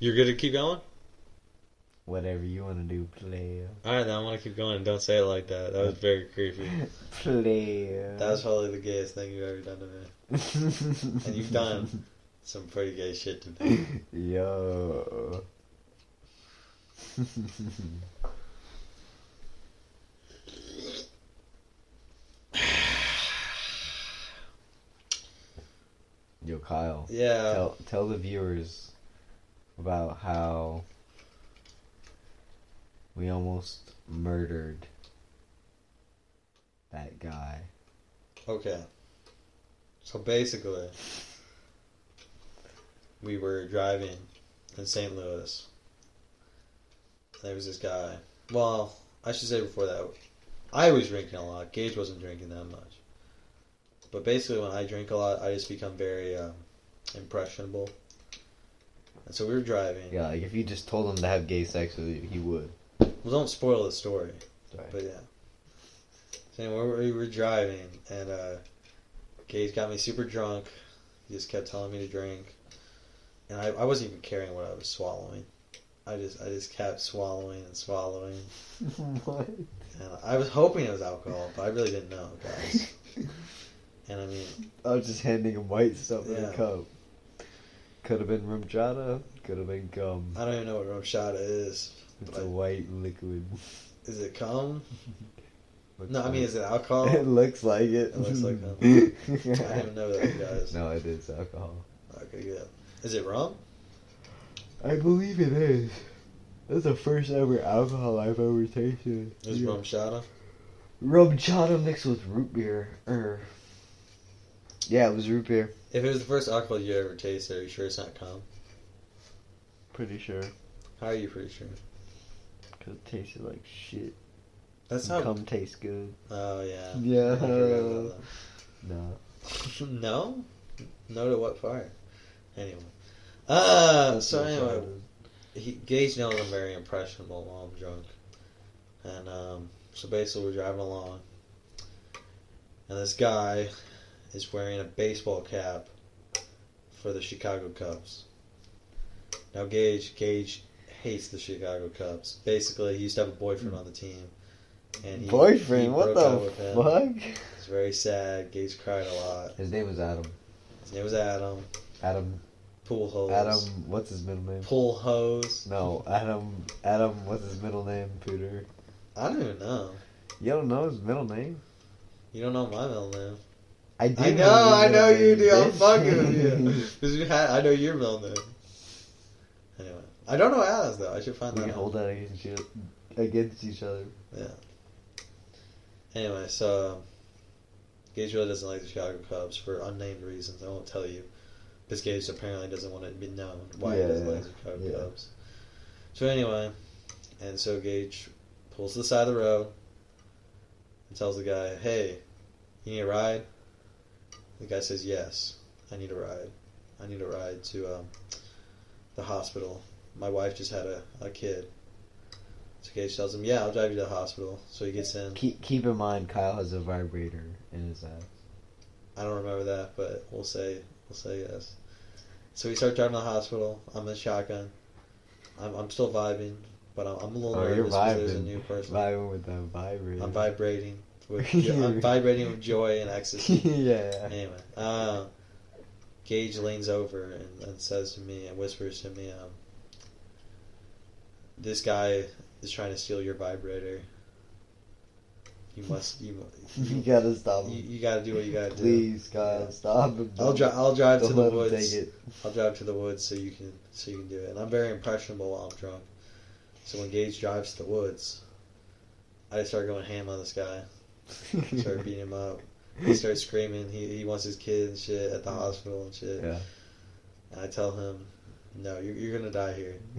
You're good to keep going. Whatever you wanna do, player. All right, then I want to keep going. Don't say it like that. That was very creepy. Player. That was probably the gayest thing you've ever done to me. and And you've done some pretty gay shit to me. Yo. Yo, Kyle. Yeah. Tell, tell the viewers about how we almost murdered that guy. Okay. So basically, we were driving in St. Louis. There was this guy. Well, I should say before that, I was drinking a lot. Gage wasn't drinking that much. But basically, when I drink a lot, I just become very um, impressionable. And so we were driving. Yeah, like if you just told him to have gay sex with you, he would. Well, don't spoil the story. Sorry. But yeah. So anyway, we were driving, and uh, Case got me super drunk. He just kept telling me to drink, and I, I wasn't even caring what I was swallowing. I just I just kept swallowing and swallowing, what? and I was hoping it was alcohol, but I really didn't know, guys. and I mean, I was just handing him white stuff in Yeah. a cup. Could have been rumjada. Could have been gum. I don't even know what rumshada is. It's but- a white liquid. Is it cum? Looks No, I mean, like- is it alcohol? it looks like it. It looks like gum. I didn't know that, guys. No, it is alcohol. Okay, yeah. Is it rum? I believe it is. That's the first ever alcohol I've ever tasted. Is Yeah. rum shada? Rumjada mixed with root beer. Er. Yeah, it was root beer. If it was the first alcohol you ever tasted, are you sure it's not cum? Pretty sure. How are you pretty sure? Because it tasted like shit. That's not. Cum tastes good. Oh yeah. Yeah. I forgot about No. that. no. No to what part? Anyway. Uh, so anyway, he, Gage knows I'm very impressionable while I'm drunk. And um, so basically, we're driving along, and this guy is wearing a baseball cap for the Chicago Cubs. Now, Gage, Gage hates the Chicago Cubs. Basically, he used to have a boyfriend on the team. And he, Hmm. Boyfriend, he what broke up with him. the fuck? It's very sad. Gage cried a lot. His name was Adam. His name was Adam. Adam. Pool hose. Adam. What's his middle name? Pool hose. No, Adam. Adam. What's his middle name? Pooter. I don't even know. You don't know his middle name. You don't know my middle name. I do. I know, I know his you middle do. name, I'm bitch. fucking with you because you had. I know your middle name. Anyway, I don't know Alice though. I should find we that can out. hold that against each against each other. Yeah. Anyway, so Gage really doesn't like the Chicago Cubs for unnamed reasons. I won't tell you. Because Gage apparently doesn't want it to be known why he doesn't Yeah, like the Chicago yeah. Cubs. So anyway, and so Gage pulls to the side of the road and tells the guy, "Hey, you need a ride?" The guy says, "Yes, I need a ride. I need a ride to um, the hospital. My wife just had a, a kid." So Gage tells him, "Yeah, I'll drive you to the hospital." So he gets in. Keep keep in mind, Kyle has a vibrator in his ass. I don't remember that, but we'll say we'll say yes. So we start driving to the hospital. I'm in shotgun. I'm, I'm still vibing, but I'm, I'm a little Oh, you're nervous because there's a vibing. new person. Vibing with that vibrator. I'm vibrating. With, I'm vibrating with joy and ecstasy. yeah. Anyway, uh, Gage leans over and, and says to me and whispers to me, um, "This guy is trying to steal your vibrator. You must you mu- You you, gotta stop you, him. you got to do what you got to do." Um, Please, Kyle, stop him. I'll drive. I'll drive to Don't the let him woods. Take it. I'll drive to the woods so you can so you can do it. And I'm very impressionable while I'm drunk. So when Gage drives to the woods, I just start going ham on this guy. Start beating him up. He starts screaming. He he wants his kid and shit at the hospital and shit. Yeah. And I tell him, no, you're, you're gonna die here.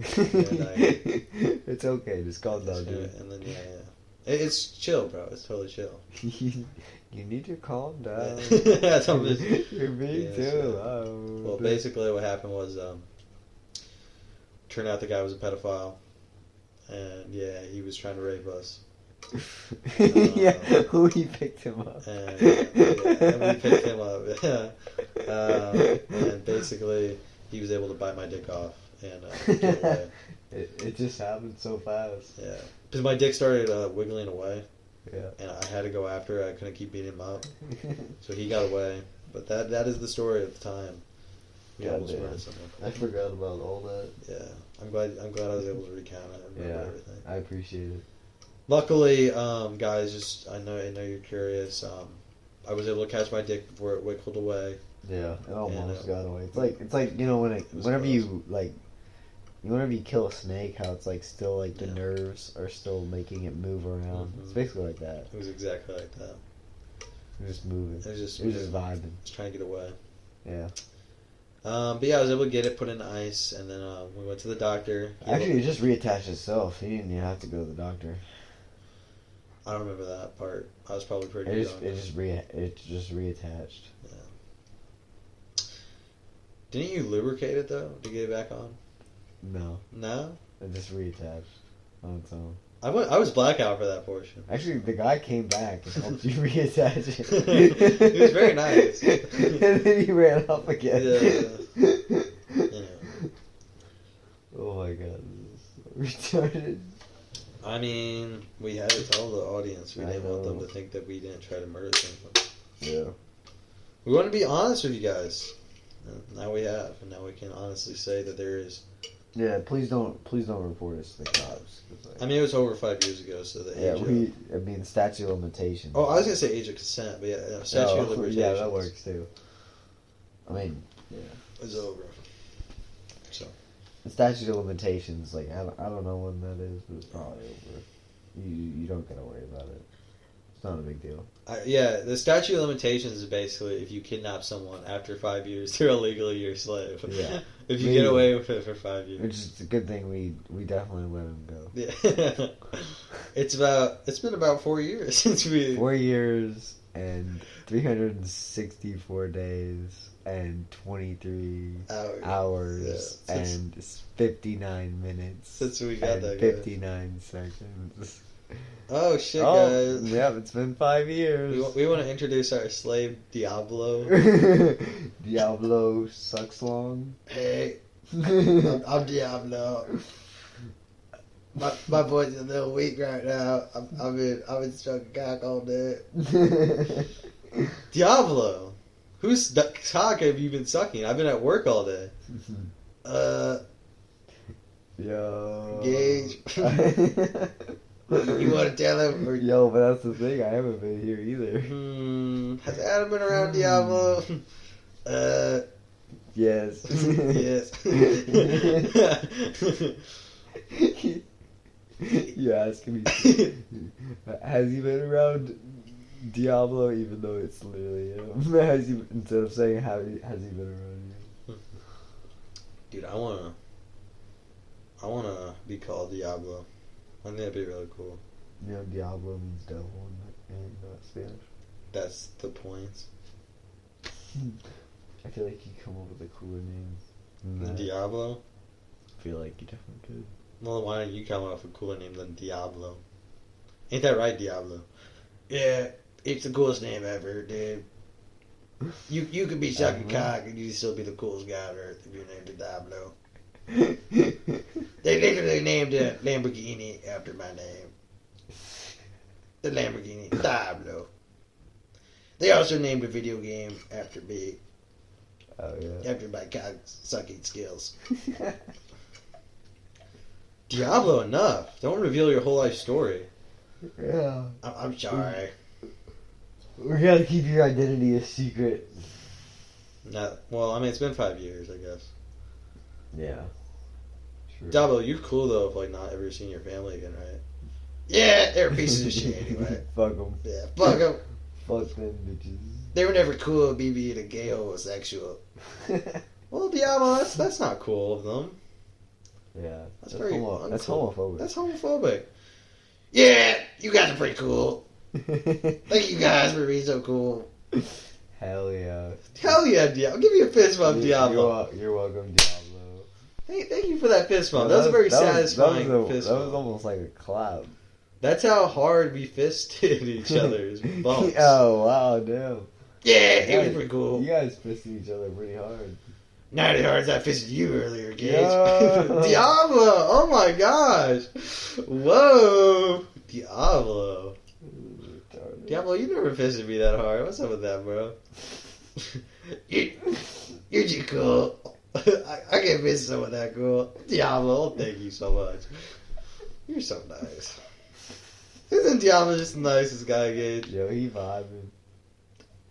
it's okay. Just calm down, Just do dude. it. And then yeah, yeah. It, it's chill, bro. It's totally chill. you need to calm down. That's what I'm just- You're being Yeah, too Oh, so- loud. Well, basically, what happened was, um, turned out the guy was a pedophile, and yeah, he was trying to rape us. yeah, we picked him up. And, uh, yeah, and we picked him up. Yeah. Um, and basically, he was able to bite my dick off and uh, get away. It, it just happened so fast. Yeah, because my dick started uh, wiggling away, Yeah. and I had to go after. it. I couldn't keep beating him up, so he got away. But that that is the story at the time. We God almost damn. murdered someone. I forgot about all that. Yeah, I'm glad. I'm glad I was able to recount it and remember Yeah. everything. I appreciate it. Luckily, um, guys, just I know I know you're curious. Um, I was able to catch my dick before it wiggled away. Yeah, it almost Yeah, got away. It's like it's like you know when it, was whenever close. you like, whenever you kill a snake, how it's like still like the Yeah. nerves are still making it move around. It's Mhm. basically like that. It was exactly like that. You're just moving. It was just, It was just vibing. just trying to get away. Yeah. Um, but yeah, I was able to get it put in ice, and then um, we went to the doctor. He Actually, it just reattached itself. You didn't even have to go to the doctor. I don't remember that part. I was probably pretty It just young. it just re it just reattached. Didn't you lubricate it though to get it back on? No, No. it just reattached on its own. I went. I was blackout for that portion. Actually, the guy came back and helped you reattach it. He was very nice. and then he ran off again. You know, Oh my god, this is so retarded. I mean, we had to tell the audience we I didn't want them know. to think that we didn't try to murder someone. Yeah. We want to be honest with you guys. And now we have, and now we can honestly say that there is. Yeah. Please don't. Please don't report us to the cops. 'cause, like, I mean, it was over five years ago, so the yeah. age. of, We. I mean, statute of limitations. oh, I was gonna say age of consent, but yeah, yeah, statute of Oh, liberation. Yeah, that works too. I mean, It's over. So the statute of limitations. Like, I don't, I don't know when that is, but it's probably over. You you don't gotta worry about it. It's not a big deal. I, yeah, the statute of limitations is basically if you kidnap someone after five years, they're illegally your slave. Yeah. if you Maybe. get away with it for five years. Which is a good thing we we definitely let him go. Yeah. it's about it's been about four years since we Four years and 364 days and 23 hours. hours Yeah, since- and 59 minutes Since we got and that guy. 59 seconds. Oh shit, oh, guys! yeah, it's been five We, years. wa- we want to introduce our slave Diablo. Diablo sucks long. hey, yeah, I'm Diablo. My my voice is a little weak right now. I'm, I've been I've been struck cock all day. Diablo, whose d- cock have you been sucking? I've been at work all day. Uh, Yo. Gage. you want to tell him? Or, Yo, but that's the thing. I haven't been here either. Hmm, has Adam been around Diablo? Uh, Yes. yes. you asking me? Has he been around Diablo? Even though it's literally him. Has he? Instead of saying how has he been around Dude, I wanna, I wanna be called Diablo. I think that'd be really cool. you? You know, Diablo means devil in, in uh, Spanish. That's the point. I feel like you come up with a cooler name. than that. Diablo. I feel like you definitely could. Well, why don't you come up with a cooler name than Diablo? Ain't that right, Diablo? Yeah, it's the coolest name ever, dude. You you could be sucking Uh-huh. cock and you'd still be the coolest guy on earth if you're named Diablo. They literally named a Lamborghini after my name. The Lamborghini Diablo. They also named a video game after me, oh yeah. after my cock sucking skills. Diablo, enough! Don't reveal your whole life story. yeah. I'm, I'm sorry. We gotta keep your identity a secret. Not, well, I mean, it's been five years, I guess. Yeah. Sure. Diablo, you're cool though if like not ever seeing your family again, right? Yeah, they're pieces of shit anyway. Fuck them. Yeah, fuck 'em. Fuck them They were never cool with me being a gay homosexual. bitches. Well, Diablo, that's that's not cool of them. yeah. That's, very homo- that's uncool. homophobic. That's homophobic. Yeah, you guys are pretty cool. Thank you guys for being so cool. Hell yeah. Hell yeah, Diablo! Give me a fist bump, You- Diablo. You're, wel- you're welcome, Diablo. Hey, thank you for that fist bump. Yeah, that was a very that satisfying that was, a- fist that bump. was almost like a clap. That's how hard we fisted each other's bumps. oh, wow, damn. Yeah, Yeah, it was pretty cool. You guys fisted each other pretty hard. Not as hard as I fisted you earlier, Gage. Yo. Diablo! Oh my gosh! Whoa! Diablo. Diablo, you never fisted me that hard. What's up with that, bro? you, you're too cool. I, I can't miss someone that cool. Diablo, oh, thank you so much. You're so nice. Isn't Diablo just the nicest guy, Gage? Yo, he vibing.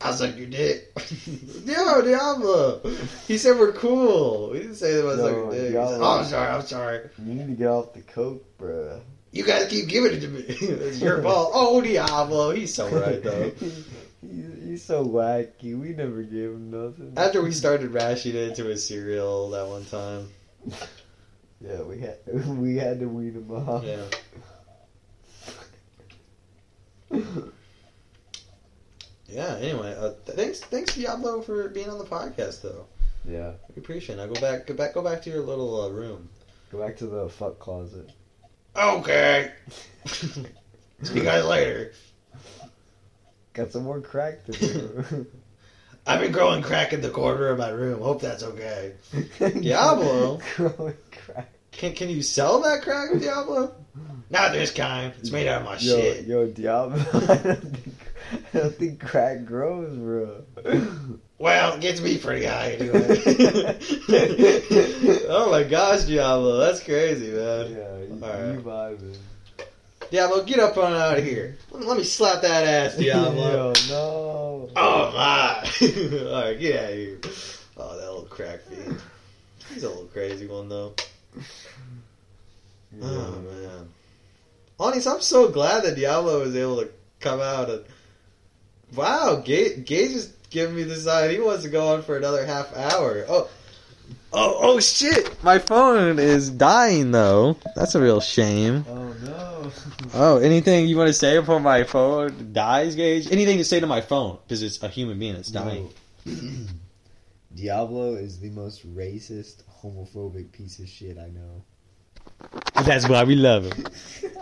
I suck your dick. Yo, Diablo. He said we're cool. He didn't say that I suck No, your dick. He Diablo. said, oh, I'm sorry, I'm sorry. You need to get off the coke, bruh. You guys keep giving it to me. it's your fault. Oh, Diablo. He's so right, though. He- he's so wacky. We never gave him nothing. After we started rashing it into his cereal that one time. yeah, we had we had to weed him off. Yeah. Yeah, anyway, uh, th- thanks, thanks Diablo for being on the podcast though. yeah. We appreciate it. Now go back, go back, go back to your little uh, room. Go back to the fuck closet. Okay. See you guys later. Got some more crack to do. I've been growing crack in the corner of my room. Hope that's okay. Diablo? Growing crack. Can Can you sell that crack, Diablo? Not this kind. It's made out of my Yo, shit. yo, Diablo. I don't think, I don't think crack grows, bro. Well, it gets me pretty high anyway. oh my gosh, Diablo, that's crazy, man. Yeah, you, Alright. you vibing. Diablo, get up on out of here. Let me, let me slap that ass, Diablo. Yo, no. Oh my! All right, get out of here. Oh, that little crack fiend. He's a little crazy one though. Yeah. Oh man, honest, I'm so glad that Diablo was able to come out. And wow, Gage, Gage is giving me the sign he wants to go on for another half hour. Oh, oh, oh, shit! My phone is dying though. That's a real shame. Oh, no. Oh, anything you want to say before my phone dies, Gage? Anything to say to my phone because it's a human being. It's dying. Diablo is the most racist, homophobic piece of shit I know. That's why we love him.